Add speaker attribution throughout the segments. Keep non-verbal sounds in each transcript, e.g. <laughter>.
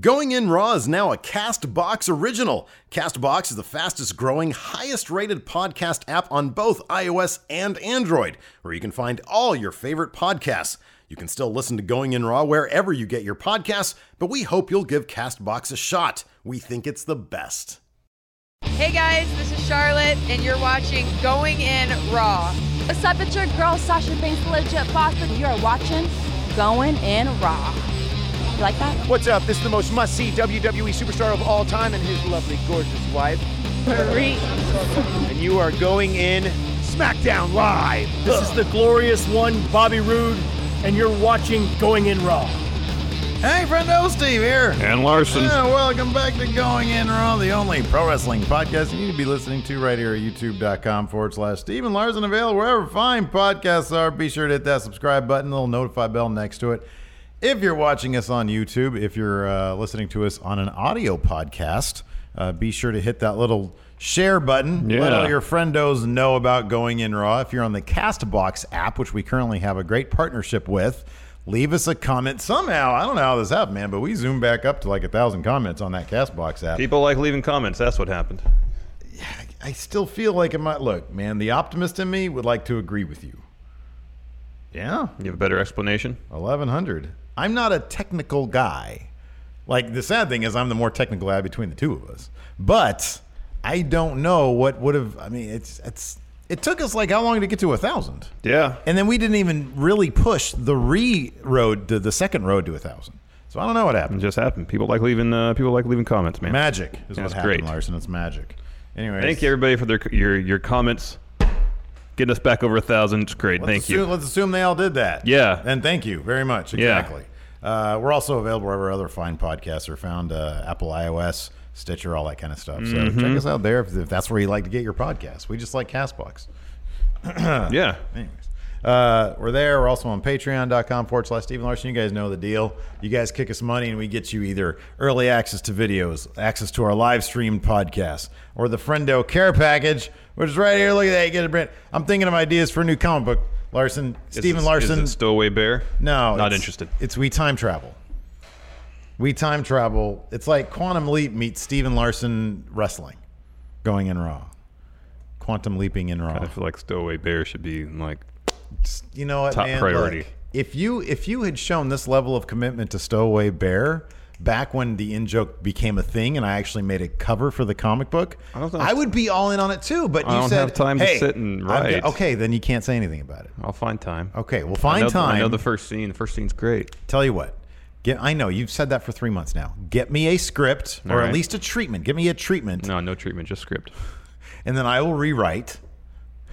Speaker 1: Going In Raw is now a Castbox original. Castbox is the fastest growing, highest rated podcast app on both iOS and Android, where you can find all your favorite podcasts. You can still listen to Going In Raw wherever you get your podcasts, but we hope you'll give Castbox a shot. We think it's the best.
Speaker 2: Hey guys, this is Charlotte, and you're watching Going In Raw.
Speaker 3: What's up, it's your girl Sasha Banks, legit boss, and you're watching Going In Raw. You like that?
Speaker 4: What's up? This is the most must see WWE E superstar of all time and his lovely, gorgeous wife.
Speaker 3: Marie.
Speaker 4: And you are going in SmackDown Live.
Speaker 5: This is the glorious one, Bobby Roode, and you're watching Going In Raw.
Speaker 6: Hey, friendo, Steve here.
Speaker 7: And Larson.
Speaker 6: Yeah, welcome back to Going In Raw, the only pro wrestling podcast you need to be listening to right here at youtube.com forward slash Steven Larson. Available wherever fine podcasts are. Be sure to hit that subscribe button, the little notify bell next to it. If you're watching us on YouTube, if you're uh, listening to us on an audio podcast, uh, be sure to hit that little share button. Let
Speaker 7: Yeah.
Speaker 6: all your friendos know about Going In Raw. If you're on the Castbox app, which we currently have a great partnership with, leave us a comment. Somehow, I don't know how this happened, man, but we zoomed back up to like a thousand comments on that Castbox app.
Speaker 7: People like leaving comments. That's what happened.
Speaker 6: I still feel like it might look, man. The optimist in me would like to agree with you. Yeah,
Speaker 7: You have a better explanation?
Speaker 6: 1100. I'm not a technical guy. Like the sad thing is I'm the more technical guy between the two of us. But I don't know what would have I mean it's it's it took us like how long to get to a thousand?
Speaker 7: Yeah.
Speaker 6: And then we didn't even really push the re road to the second road to a thousand. So I don't know what
Speaker 7: It
Speaker 6: happened.
Speaker 7: just happened. People like leaving. Uh, people like leaving comments, man.
Speaker 6: Magic is
Speaker 7: Yeah,
Speaker 6: what
Speaker 7: it's
Speaker 6: happened,
Speaker 7: great.
Speaker 6: Larson. It's magic. Anyway,
Speaker 7: Thank you everybody for their your your comments. Getting us back over a thousand. It's great.
Speaker 6: Let's
Speaker 7: Thank
Speaker 6: assume,
Speaker 7: you.
Speaker 6: Let's assume they all did that.
Speaker 7: Yeah.
Speaker 6: And thank you very much.
Speaker 7: Yeah.
Speaker 6: Exactly. Uh, we're also available wherever other fine podcasts are found uh, Apple, iOS, Stitcher, all that kind of stuff. So
Speaker 7: Mm-hmm.
Speaker 6: check us out there if, if that's where you like to get your podcasts. We just like Castbox.
Speaker 7: Yeah.
Speaker 6: Anyways, uh, we're there. We're also on patreon.com forward slash Stephen Larson. You guys know the deal. You guys kick us money and we get you either early access to videos, access to our live streamed podcast, or the Friendo Care Package, which is right here. Look at that. You get it, Brent. I'm thinking of ideas for a new comic book. Larson,
Speaker 7: Is
Speaker 6: Stephen
Speaker 7: it-
Speaker 6: Larson.
Speaker 7: Is it stowaway bear?
Speaker 6: no,
Speaker 7: Not
Speaker 6: it's-
Speaker 7: interested.
Speaker 6: It's we time travel. We time travel. It's like Quantum Leap meets Stephen Larson wrestling, going in raw. Quantum leaping in raw
Speaker 7: I feel like stowaway bear should be like.
Speaker 6: just- you know what,
Speaker 7: Top
Speaker 6: man,
Speaker 7: priority.
Speaker 6: look, if you if you had shown this level of commitment to Stowaway Bear back when the in joke became a thing, and I actually made a cover for the comic book, I,
Speaker 7: don't know.
Speaker 6: would be all in on it too. But
Speaker 7: I
Speaker 6: you
Speaker 7: don't
Speaker 6: said,
Speaker 7: have time to
Speaker 6: "Hey,
Speaker 7: sit and
Speaker 6: I'm
Speaker 7: write."
Speaker 6: go- okay, then you can't say anything about it.
Speaker 7: I'll find time.
Speaker 6: Okay, well,
Speaker 7: I
Speaker 6: find
Speaker 7: know,
Speaker 6: time.
Speaker 7: I know the first scene. The first scene's great.
Speaker 6: Tell you what. Get, I know you've said that for three months now. Get me a script, or
Speaker 7: All
Speaker 6: at
Speaker 7: right.
Speaker 6: least a treatment. Give me a treatment,
Speaker 7: No, no treatment, just script.
Speaker 6: and then I will rewrite. <laughs>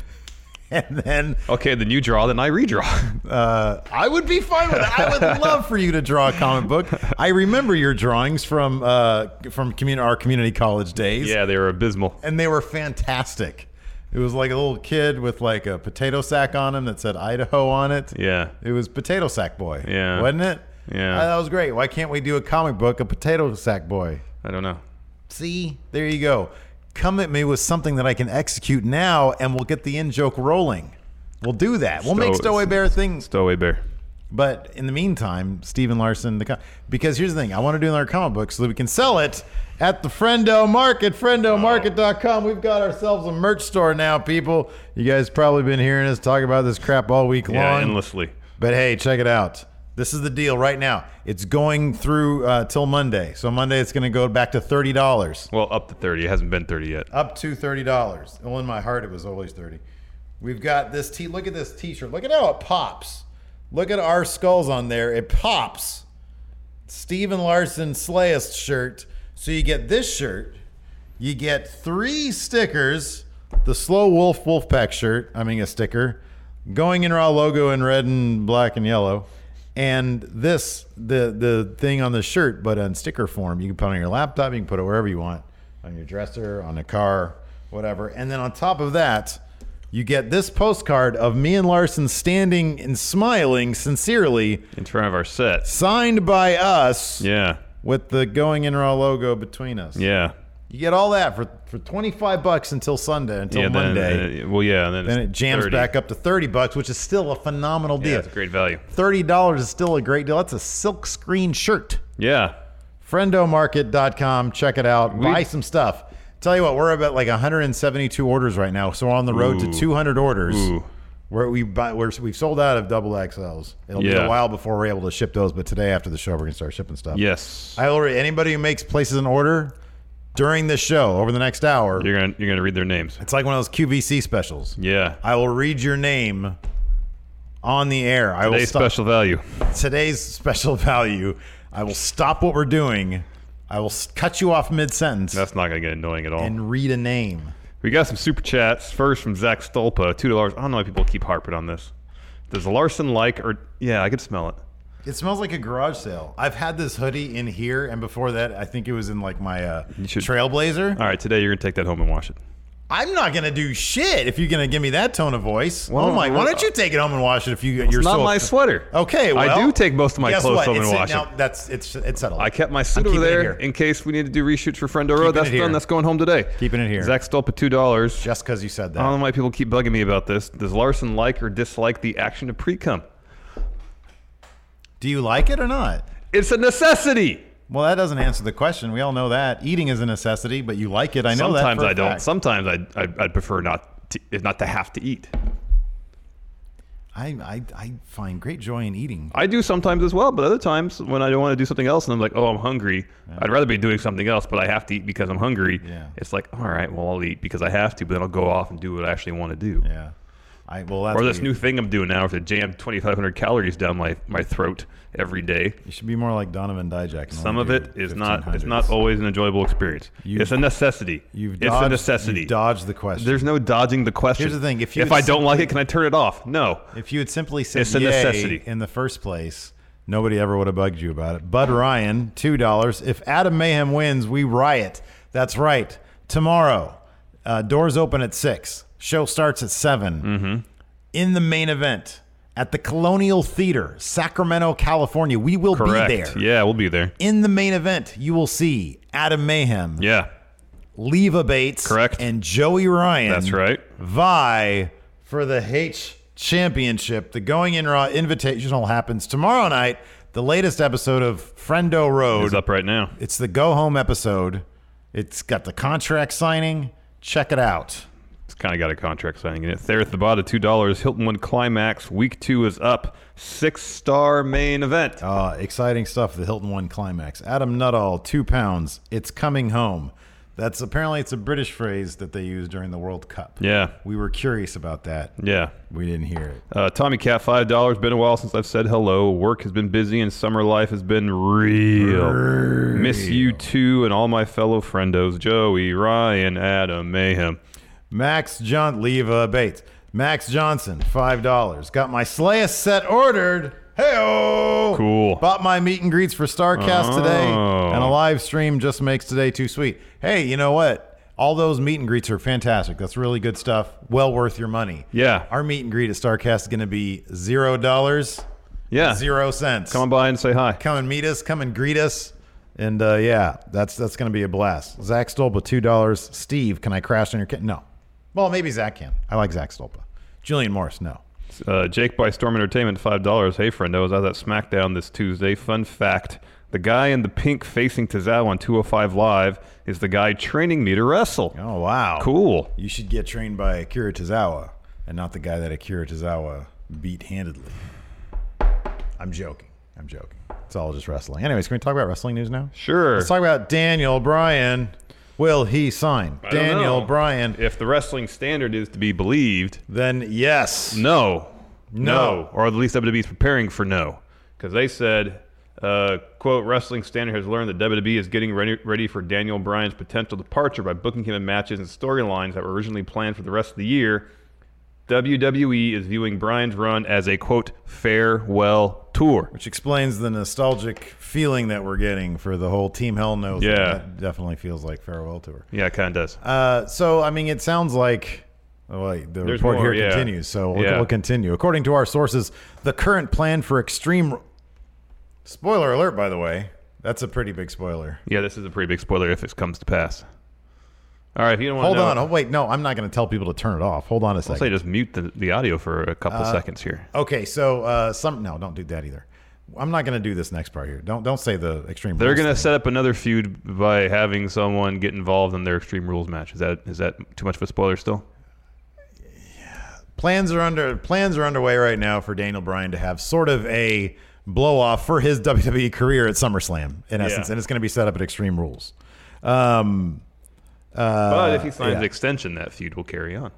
Speaker 6: And then
Speaker 7: Okay, then you draw, then I redraw. <laughs>
Speaker 6: Uh, I would be fine with that. I would love for you to draw a comic book. I remember your drawings from uh, from community, our community college days.
Speaker 7: yeah, they were abysmal.
Speaker 6: and they were fantastic. It was like a little kid with like a potato sack on him that said Idaho on it.
Speaker 7: Yeah.
Speaker 6: It was Potato Sack Boy.
Speaker 7: Yeah.
Speaker 6: wasn't it?
Speaker 7: Yeah.
Speaker 6: Uh, that was great. Why can't we do a comic book, a Potato Sack Boy?
Speaker 7: I don't know.
Speaker 6: See, there you go. Come at me with something that I can execute now, and we'll get the in joke rolling. We'll do that. We'll make
Speaker 7: Stow-
Speaker 6: Stowaway Bear things.
Speaker 7: Stowaway bear.
Speaker 6: But in the meantime, Steven Larson, the com- because here's the thing, I want to do another comic book so that we can sell it at the Friendo Market, friendomarket.com. We've got ourselves a merch store now, people. You guys probably been hearing us talk about this crap all week
Speaker 7: Yeah,
Speaker 6: long.
Speaker 7: endlessly.
Speaker 6: But hey, check it out. This is the deal right now. It's going through uh, till Monday. So Monday it's going to go back to $30.
Speaker 7: Well, up to 30. It hasn't been 30 yet.
Speaker 6: Up to $30. Well, in my heart it was always 30. We've got this t look at this t-shirt. Look at how it pops. Look at our skulls on there. It pops. Steven Larson Slayest shirt. So you get this shirt. You get three stickers. The Slow Wolf Wolfpack shirt. I mean a sticker. Going in Raw logo in red and black and yellow. And this the the thing on the shirt, but on sticker form, you can put it on your laptop, you can put it wherever you want, on your dresser, on a car, whatever. And then on top of that, you get this postcard of me and Larson standing and smiling sincerely,
Speaker 7: in front of our set.
Speaker 6: signed by us,
Speaker 7: Yeah,
Speaker 6: with the Going In Raw logo between us.
Speaker 7: yeah,
Speaker 6: You get all that for, for 25 bucks until Sunday, until
Speaker 7: yeah. then-
Speaker 6: Monday.
Speaker 7: uh, well, yeah, and then,
Speaker 6: then
Speaker 7: it's
Speaker 6: it jams
Speaker 7: 30.
Speaker 6: back up to 30 bucks, which is still a phenomenal
Speaker 7: Yeah,
Speaker 6: deal.
Speaker 7: it's a great value.
Speaker 6: $30 is still a great deal. That's a silk screen shirt.
Speaker 7: Yeah,
Speaker 6: Friendomarket.com. Check it out. Buy some stuff. Tell you what, we're about like 172 orders right now. So we're on the road
Speaker 7: Ooh.
Speaker 6: to 200 orders.
Speaker 7: Ooh.
Speaker 6: Where we buy, we're, we've sold out of double XLs. It'll be
Speaker 7: Yeah.
Speaker 6: a while before we're able to ship those, but today after the show, we're going to start shipping stuff.
Speaker 7: yes.
Speaker 6: I already anybody who makes places an order during this show over the next hour.
Speaker 7: you're gonna you're gonna read their names.
Speaker 6: It's like one of those QVC specials.
Speaker 7: Yeah,
Speaker 6: I will read your name on the air. I will
Speaker 7: today's
Speaker 6: stop
Speaker 7: special value.
Speaker 6: today's <laughs> special value. I will stop what we're doing. I will s- cut you off mid sentence
Speaker 7: That's not gonna get annoying at all.
Speaker 6: and read a name.
Speaker 7: We got some super chats. First from Zach Stolpa, two dollars. I don't know why people keep harping on this. Does Larson like or yeah? I could smell it.
Speaker 6: It smells like a garage sale. I've had this hoodie in here, and before that, I think it was in like my uh,
Speaker 7: should- Uh.
Speaker 6: Trailblazer.
Speaker 7: All right, today you're gonna take that home and wash it.
Speaker 6: I'm not gonna do shit if you're gonna give me that tone of voice. oh
Speaker 7: Well,
Speaker 6: my! Why
Speaker 7: well,
Speaker 6: don't you take it home and wash it if you you're
Speaker 7: Not
Speaker 6: so
Speaker 7: my sweater.
Speaker 6: Okay, well,
Speaker 7: I do take most of my
Speaker 6: guess
Speaker 7: clothes
Speaker 6: what?
Speaker 7: home
Speaker 6: it's
Speaker 7: and wash
Speaker 6: now,
Speaker 7: it.
Speaker 6: That's it's it's settled.
Speaker 7: I kept my
Speaker 6: I'm
Speaker 7: suit over
Speaker 6: keeping it
Speaker 7: there
Speaker 6: here.
Speaker 7: in case we need to do reshoots for Friend Road. That's
Speaker 6: it here.
Speaker 7: done. That's going home today.
Speaker 6: Keeping it here.
Speaker 7: Zach Stolpa, two dollars.
Speaker 6: just because you said that.
Speaker 7: I don't know why people keep bugging me about this. Does Larson like or dislike the action of pre-cum?
Speaker 6: do you like it or not?
Speaker 7: It's a necessity.
Speaker 6: Well, that doesn't answer the question. We all know that eating is a necessity, but you like it. I know that.
Speaker 7: Sometimes
Speaker 6: for a
Speaker 7: I don't.
Speaker 6: fact.
Speaker 7: Sometimes I, I I prefer not to not to have to eat.
Speaker 6: I, I I find great joy in eating.
Speaker 7: I do sometimes as well, but other times when I don't want to do something else and I'm like, oh, I'm hungry. I'd rather be doing something else, but I have to eat because I'm hungry.
Speaker 6: Yeah.
Speaker 7: It's like, all right, well, I'll eat because I have to, but then I'll go off and do what I actually want to do.
Speaker 6: Yeah. I well that's
Speaker 7: Or
Speaker 6: what
Speaker 7: this
Speaker 6: you-
Speaker 7: new thing I'm doing now, if to jam 2,500 calories down my, my throat every day.
Speaker 6: You should be more like Donovan Dijak. and
Speaker 7: Some
Speaker 6: only
Speaker 7: of
Speaker 6: do
Speaker 7: it is not. It's
Speaker 6: 1500s.
Speaker 7: not always an enjoyable experience.
Speaker 6: You've-
Speaker 7: it's a necessity.
Speaker 6: You've
Speaker 7: it's
Speaker 6: dodged,
Speaker 7: a necessity.
Speaker 6: You dodged the question.
Speaker 7: There's no dodging the question.
Speaker 6: Here's the thing, if you
Speaker 7: if
Speaker 6: had
Speaker 7: I don't like
Speaker 6: simply-
Speaker 7: it, can I turn it off? No.
Speaker 6: If you had simply said
Speaker 7: It's a
Speaker 6: yay
Speaker 7: necessity.
Speaker 6: in the first place, nobody ever would have bugged you about it. Bud Ryan, two dollars. If Adam Mayhem wins, we riot. That's right. Tomorrow, uh, doors open at six. Show starts at 7
Speaker 7: Mm-hmm.
Speaker 6: In the main event at the Colonial Theater, Sacramento, California, we will be
Speaker 7: Correct.
Speaker 6: there.
Speaker 7: Yeah, we'll be there.
Speaker 6: In the main event, you will see Adam Mayhem,
Speaker 7: Yeah,
Speaker 6: Leva Bates,
Speaker 7: Correct.
Speaker 6: and Joey Ryan
Speaker 7: that's right.
Speaker 6: vie for the H Championship. The Going In Raw Invitational happens tomorrow night. The latest episode of Friendo Road.
Speaker 7: It's up right now.
Speaker 6: It's the go home episode. It's got the contract signing. Check it out.
Speaker 7: It's kind of got a contract signing in it. There at the bottom, two dollars. Hilton One Climax Week Two is up. Six star main event.
Speaker 6: Uh, exciting stuff. The Hilton One climax. Adam Nuttall, two pounds. It's coming home. That's apparently it's a British phrase that they use during the World Cup.
Speaker 7: Yeah,
Speaker 6: We were curious about that.
Speaker 7: yeah.
Speaker 6: We didn't hear it.
Speaker 7: Uh, Tommy Cat five dollars. Been a while since I've said hello. Work has been busy and summer life has been real. Miss you too and all my fellow friendos. Joey, Ryan, Adam, Mayhem.
Speaker 6: Max John Leva Bates. Max Johnson, five dollars. Got my Slaya set ordered. Hey
Speaker 7: Cool.
Speaker 6: Bought my meet and greets for Starcast today,
Speaker 7: Oh.
Speaker 6: and a live stream just makes today too sweet. Hey, you know what? All those meet and greets are fantastic. That's really good stuff. Well worth your money.
Speaker 7: Yeah.
Speaker 6: Our meet and greet at Starcast is going to be zero dollars,
Speaker 7: Yeah.
Speaker 6: zero cents.
Speaker 7: Come on by and say hi.
Speaker 6: Come and meet us. Come and greet us. And uh, yeah, that's that's going to be a blast. Zach Stolpa, two dollars. Steve, can I crash on your kid? No. Well, maybe Zach can. I like Zach Stolpa. Julian Morris, no.
Speaker 7: Uh, Jake by Storm Entertainment, five dollars. Hey, friend, I was at that SmackDown this Tuesday. Fun fact: the guy in the pink facing Tazawa on 205 Live is the guy training me to wrestle.
Speaker 6: Oh wow,
Speaker 7: Cool.
Speaker 6: You should get trained by Akira Tozawa and not the guy that Akira Tozawa beat handedly. I'm joking. I'm joking. It's all just wrestling. Anyways, can we talk about wrestling news now?
Speaker 7: Sure.
Speaker 6: Let's talk about Daniel Bryan. Will he sign?
Speaker 7: I don't
Speaker 6: Daniel
Speaker 7: know.
Speaker 6: Bryan.
Speaker 7: If the wrestling standard is to be believed,
Speaker 6: Then yes.
Speaker 7: no,
Speaker 6: No.
Speaker 7: or at least WWE is preparing for no, because they said. Uh, quote, wrestling standard has learned that WWE is getting ready, ready for Daniel Bryan's potential departure by booking him in matches and storylines that were originally planned for the rest of the year WWE is viewing Brian's run as a quote farewell tour.
Speaker 6: Which explains the nostalgic feeling that we're getting for the whole Team Hell No. thing.
Speaker 7: Yeah.
Speaker 6: That definitely feels like farewell tour.
Speaker 7: Yeah, it kind of does.
Speaker 6: Uh, so, I mean, it sounds like oh, wait, the
Speaker 7: There's
Speaker 6: report
Speaker 7: more,
Speaker 6: here
Speaker 7: yeah.
Speaker 6: continues. So we'll,
Speaker 7: Yeah.
Speaker 6: we'll continue. According to our sources, the current plan for extreme. Spoiler alert, by the way. That's a pretty big spoiler.
Speaker 7: yeah, this is a pretty big spoiler if it comes to pass. All right, if you don't want
Speaker 6: Hold
Speaker 7: to
Speaker 6: on. Oh, wait. No, I'm not going to tell people to turn it off. Hold on a
Speaker 7: I'll
Speaker 6: second. Uh,
Speaker 7: say just mute the, the audio for a couple seconds here.
Speaker 6: Okay, so uh, some no, don't do that either. I'm not going to do this next part here. Don't don't say the extreme.
Speaker 7: They're
Speaker 6: rules
Speaker 7: going to
Speaker 6: thing.
Speaker 7: set up another feud by having someone get involved in their Extreme Rules match. Is that is that too much of a spoiler still?
Speaker 6: plans are under plans are underway right now for Daniel Bryan to have sort of a blow off for his WWE career at SummerSlam in essence, and it's going to be set up at Extreme Rules. Um,
Speaker 7: but if he signs an
Speaker 6: Uh, yeah.
Speaker 7: extension, that feud will carry on.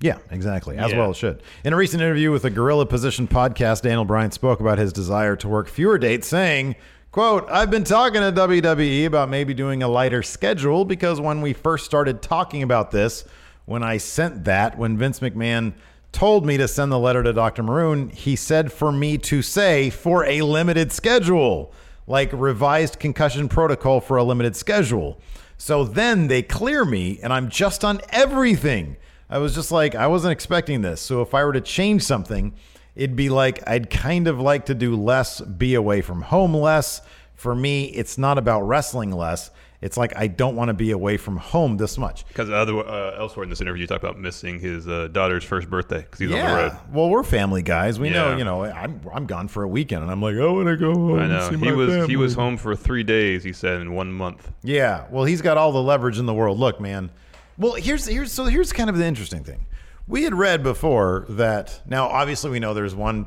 Speaker 6: Yeah, exactly. As
Speaker 7: Yeah.
Speaker 6: well it should. In a recent interview with the Gorilla Position podcast, Daniel Bryan spoke about his desire to work fewer dates, saying, quote, I've been talking to WWE about maybe doing a lighter schedule because when we first started talking about this, when I sent that, when Vince McMahon told me to send the letter to Dr. Maroon, he said for me to say for a limited schedule, like revised concussion protocol for a limited schedule. So then they clear me and I'm just on everything. I was just like, I wasn't expecting this. So if I were to change something, it'd be like, I'd kind of like to do less, be away from home less. For me, it's not about wrestling less. It's like, I don't want to be away from home this much.
Speaker 7: Because other uh, elsewhere in this interview, you talk about missing his uh, daughter's first birthday because he's on the road.
Speaker 6: Well, we're family guys. We know,
Speaker 7: Yeah.
Speaker 6: you know, I'm, I'm gone for a weekend and I'm like, I want to go home.
Speaker 7: I
Speaker 6: and
Speaker 7: know
Speaker 6: see
Speaker 7: he
Speaker 6: my
Speaker 7: was he was
Speaker 6: family."
Speaker 7: home for three days. He said in one month.
Speaker 6: Yeah, well, he's got all the leverage in the world. Look, man. Well, here's here's so here's kind of the interesting thing. We had read before that now obviously we know there's one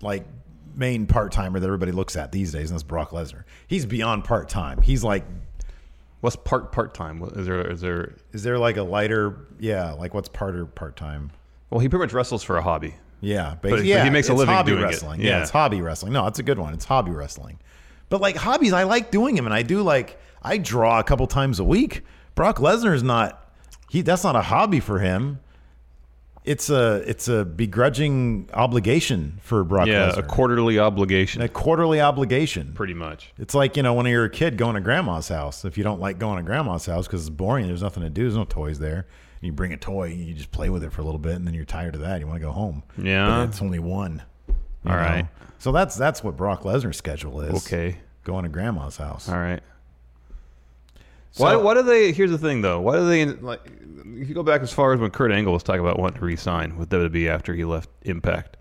Speaker 6: like main part timer that everybody looks at these days, and that's Brock Lesnar. He's beyond part time. He's like,
Speaker 7: What's part part time? What- Is there is there?
Speaker 6: is there like a lighter? Yeah, like what's parter part time?
Speaker 7: Well, he pretty much wrestles for a hobby.
Speaker 6: Yeah,
Speaker 7: but
Speaker 6: basically,
Speaker 7: he
Speaker 6: yeah,
Speaker 7: makes a
Speaker 6: it's
Speaker 7: living
Speaker 6: hobby
Speaker 7: doing it.
Speaker 6: wrestling. Yeah.
Speaker 7: Yeah.
Speaker 6: it's hobby wrestling. No, it's a good one. It's hobby wrestling. But like hobbies, I like doing them, and I do like I draw a couple times a week. Brock Lesnar's not he. That's not a hobby for him. It's a it's a begrudging obligation for Brock
Speaker 7: yeah,
Speaker 6: Lesnar.
Speaker 7: a quarterly obligation,
Speaker 6: a quarterly obligation.
Speaker 7: pretty much.
Speaker 6: It's like, you know, when you're a kid going to grandma's house. If you don't like going to grandma's house because it's boring, there's nothing to do, there's no toys there. You bring a toy, you just play with it for a little bit, and then you're tired of that. You want to go home.
Speaker 7: Yeah.
Speaker 6: But it's only one. you
Speaker 7: All right.
Speaker 6: So that's that's what Brock Lesnar's schedule is.
Speaker 7: Okay.
Speaker 6: Going to grandma's house.
Speaker 7: All right.
Speaker 6: So-
Speaker 7: why, why do they? Here's the thing, though. Why do they like? If you go back as far as when Kurt Angle was talking about wanting to re-sign with WWE after he left Impact,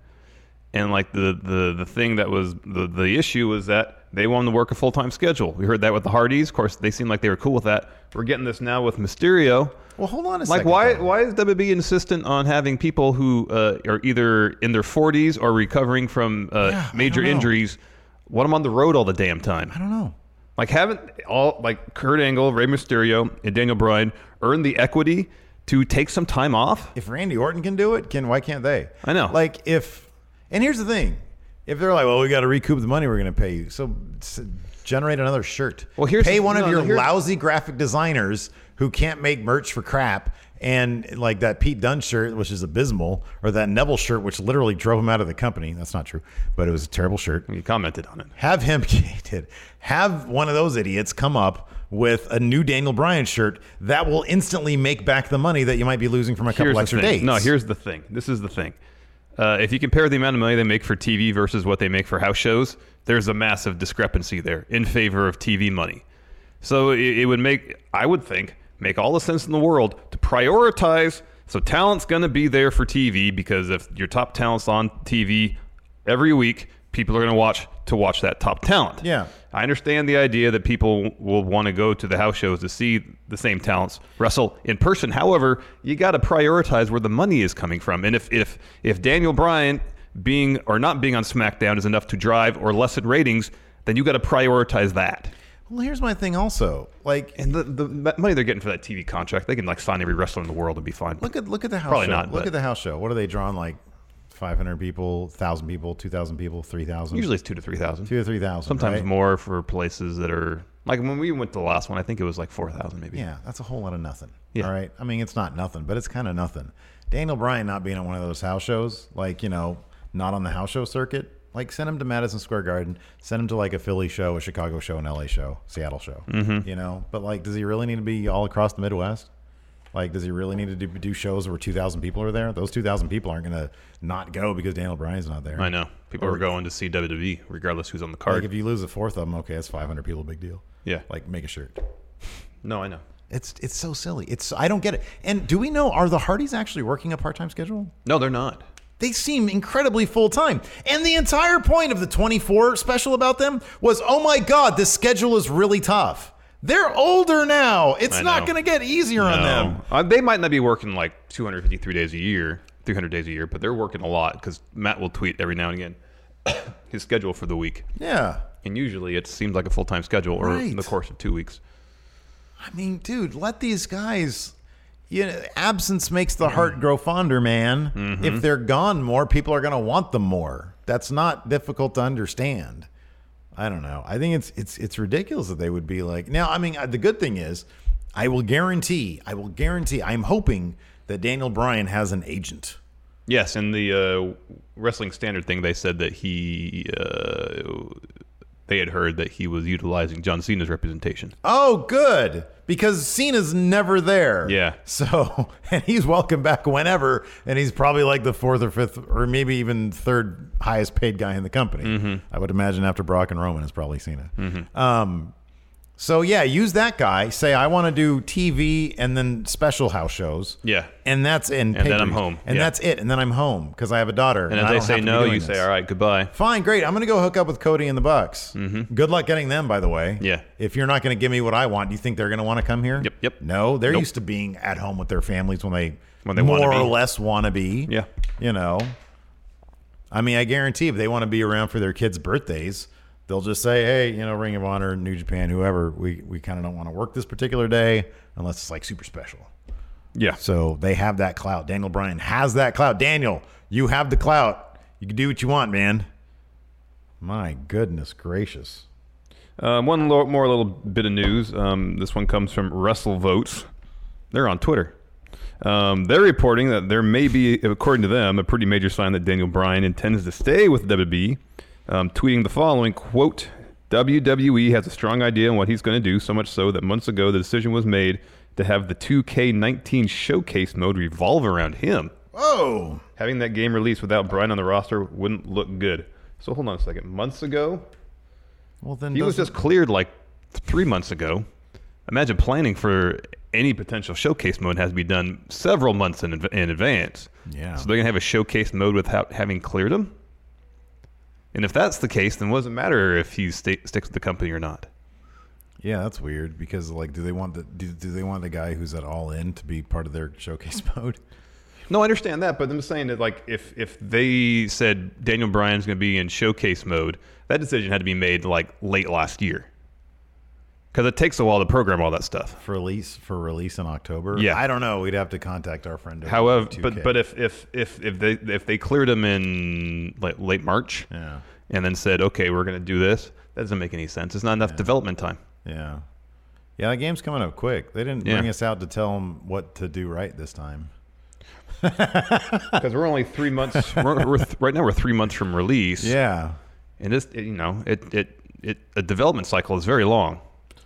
Speaker 7: and like the the the thing that was the the issue was that they wanted to work a full time schedule. We heard that with the Hardys. Of course, they seemed like they were cool with that. We're getting this now with Mysterio.
Speaker 6: Well, hold on a
Speaker 7: Like
Speaker 6: second.
Speaker 7: why?
Speaker 6: though.
Speaker 7: Why is WWE insistent on having people who uh, are either in their 40s or recovering from uh,
Speaker 6: Yeah, I
Speaker 7: major
Speaker 6: don't know.
Speaker 7: injuries? Want them on the road all the damn time?
Speaker 6: I don't know.
Speaker 7: Like, haven't all like Kurt Angle, Rey Mysterio, and Daniel Bryan earned the equity to take some time off?
Speaker 6: if Randy Orton can do it, can why can't they?
Speaker 7: I know.
Speaker 6: Like if, and here's the thing, if they're like, well, we got to recoup the money we're going to pay you, so s- generate another shirt.
Speaker 7: Well, here's-
Speaker 6: pay one
Speaker 7: no,
Speaker 6: of
Speaker 7: no,
Speaker 6: your
Speaker 7: here's-
Speaker 6: lousy graphic designers who can't make merch for crap, and like that Pete Dunne shirt, which is abysmal, or that Neville shirt, which literally drove him out of the company. That's not true, but it was a terrible shirt.
Speaker 7: You commented on it.
Speaker 6: Have him <laughs> he did. have one of those idiots come up with a new Daniel Bryan shirt that will instantly make back the money that you might be losing from a couple
Speaker 7: Here's the
Speaker 6: extra
Speaker 7: thing.
Speaker 6: days.
Speaker 7: No, here's the thing. This is the thing. Uh, if you compare the amount of money they make for TV versus what they make for house shows, there's a massive discrepancy there in favor of TV money. So it, it would make, I would think, make all the sense in the world to prioritize. So talent's going to be there for TV because if your top talent's on TV every week, people are going to watch to watch that top talent.
Speaker 6: Yeah.
Speaker 7: I understand the idea that people will want to go to the house shows to see the same talents wrestle in person. However, you got to prioritize where the money is coming from. And if if if Daniel Bryan being or not being on SmackDown is enough to drive or lessen ratings, then you got to prioritize that.
Speaker 6: Well, here's my thing also. Like
Speaker 7: And the, the that money they're getting for that TV contract, they can like sign every wrestler in the world and be fine.
Speaker 6: look at look at the house
Speaker 7: Probably
Speaker 6: show.
Speaker 7: not,
Speaker 6: look
Speaker 7: but-
Speaker 6: at the house show. What are they drawing like 500 people, 1,000 people, 2,000 people, 3,000?
Speaker 7: Usually it's two to three thousand.
Speaker 6: two to 3,000.
Speaker 7: Sometimes
Speaker 6: right?
Speaker 7: more for places that are like when we went to the last one. I think it was like four thousand maybe.
Speaker 6: Yeah, that's a whole lot of nothing.
Speaker 7: Yeah.
Speaker 6: All right. I mean, it's not nothing, but it's kind of nothing. Daniel Bryan not being on one of those house shows, like, you know, not on the house show circuit, like send him to Madison Square Garden, send him to like a Philly show, a Chicago show, an LA show, Seattle show,
Speaker 7: Mm-hmm.
Speaker 6: you know? But like, does he really need to be all across the Midwest? Like, does he really need to do, do shows where 2,000 people are there? Those 2,000 people aren't going to not go because Daniel Bryan's not there.
Speaker 7: I know people are going to see WWE regardless who's on the card.
Speaker 6: Like, if you lose a fourth of them, okay, that's 500 people, big deal.
Speaker 7: yeah, like
Speaker 6: Like, make a shirt.
Speaker 7: no, I know.
Speaker 6: It's it's so silly. It's I don't get it. And do we know are the Hardys actually working a part time schedule?
Speaker 7: No, they're not.
Speaker 6: They seem incredibly full time. And the entire point of the 24 special about them was, oh my god, this schedule is really tough. They're older now. It's
Speaker 7: I
Speaker 6: not
Speaker 7: know.
Speaker 6: going to get easier on them.
Speaker 7: No. Uh, they might not be working like 253 days a year, 300 days a year, but they're working a lot because Matt will tweet every now and again <coughs> his schedule for the week,
Speaker 6: Yeah.
Speaker 7: and usually it seems like a full time schedule or in
Speaker 6: Right.
Speaker 7: the course of two weeks.
Speaker 6: I mean, dude, let these guys. You know, absence makes the heart grow fonder, man. If they're gone more, people are going to want them more. That's not difficult to understand. I don't know. I think it's it's it's ridiculous that they would be like. Now, I mean, uh, the good thing is, I will guarantee. I will guarantee. I'm hoping that Daniel Bryan has an agent.
Speaker 7: Yes, in the uh, wrestling standard thing, they said that he uh, they had heard that he was utilizing John Cena's representation.
Speaker 6: Oh, good. Because Cena's never there.
Speaker 7: Yeah.
Speaker 6: So, <laughs> and he's welcome back whenever. And he's probably like the fourth or fifth, or maybe even third highest paid guy in the company.
Speaker 7: Mm-hmm.
Speaker 6: I would imagine after Brock and Roman, it's probably Cena. Um, so, yeah, use that guy. Say, I want to do TV and then special house shows.
Speaker 7: Yeah.
Speaker 6: And that's and,
Speaker 7: And then I'm
Speaker 6: pay-per-views.
Speaker 7: home.
Speaker 6: And
Speaker 7: Yeah.
Speaker 6: that's it. And then I'm home because I have a daughter.
Speaker 7: And if
Speaker 6: I
Speaker 7: they
Speaker 6: don't have
Speaker 7: say
Speaker 6: to be
Speaker 7: no,
Speaker 6: doing
Speaker 7: you
Speaker 6: this.
Speaker 7: say, "All right, goodbye."
Speaker 6: Fine, great. I'm going to go hook up with Cody and the Bucks. Mm-hmm. Good luck getting them, by the way.
Speaker 7: Yeah.
Speaker 6: If you're not going to give me what I want, do you think they're going to want to come here?
Speaker 7: Yep, yep.
Speaker 6: No, they're
Speaker 7: Nope.
Speaker 6: used to being at home with their families when they
Speaker 7: When they
Speaker 6: more
Speaker 7: wanna
Speaker 6: or
Speaker 7: be.
Speaker 6: less want to be.
Speaker 7: Yeah.
Speaker 6: You know, I mean, I guarantee if they want to be around for their kids' birthdays, they'll just say, "Hey, you know, Ring of Honor, New Japan, whoever. We we kind of don't want to work this particular day unless it's like super special."
Speaker 7: Yeah,
Speaker 6: So they have that clout. Daniel Bryan has that clout. Daniel, you have the clout. You can do what you want, man. My goodness gracious.
Speaker 7: Um, one lo- more little bit of news. Um, this one comes from WrestleVotes. They're on Twitter. Um, they're reporting that there may be, according to them, a pretty major sign that Daniel Bryan intends to stay with WWE. Um, tweeting the following quote: "WWE has a strong idea on what he's going to do. So much so that months ago the decision was made to have the 2K19 showcase mode revolve around him.
Speaker 6: Whoa.
Speaker 7: Having that game released without Bryan on the roster wouldn't look good. So hold on a second. Months ago,
Speaker 6: Well, then
Speaker 7: he was
Speaker 6: doesn't-
Speaker 7: just cleared like three months ago. Imagine planning for any potential showcase mode has to be done several months in, adv- in advance.
Speaker 6: Yeah.
Speaker 7: So they're gonna have a showcase mode without having cleared him. And if that's the case, then what does it matter if he sta sticks with the company or not?
Speaker 6: yeah, that's weird because like, do they want the do, do they want the guy who's at all in to be part of their showcase <laughs> mode?
Speaker 7: No, I understand that, but I'm saying that like if if they said Daniel Bryan's gonna be in showcase mode, that decision had to be made like late last year. Because it takes a while to program all that stuff.
Speaker 6: For release for release in October.
Speaker 7: Yeah.
Speaker 6: I don't know. We'd have to contact our friend. over
Speaker 7: However,
Speaker 6: at 2K.
Speaker 7: but but if if if if they if they cleared him in like late March,
Speaker 6: Yeah.
Speaker 7: and then said, okay, we're gonna do this, that doesn't make any sense. It's not enough development <laughs> time.
Speaker 6: yeah, yeah, that game's coming up quick. They didn't
Speaker 7: Yeah.
Speaker 6: bring us out to tell them what to do right this time.
Speaker 7: Because we're only three months. <laughs> we're, we're th- right now, we're three months from release.
Speaker 6: Yeah,
Speaker 7: and this, it, you know, it it it a development cycle is very long,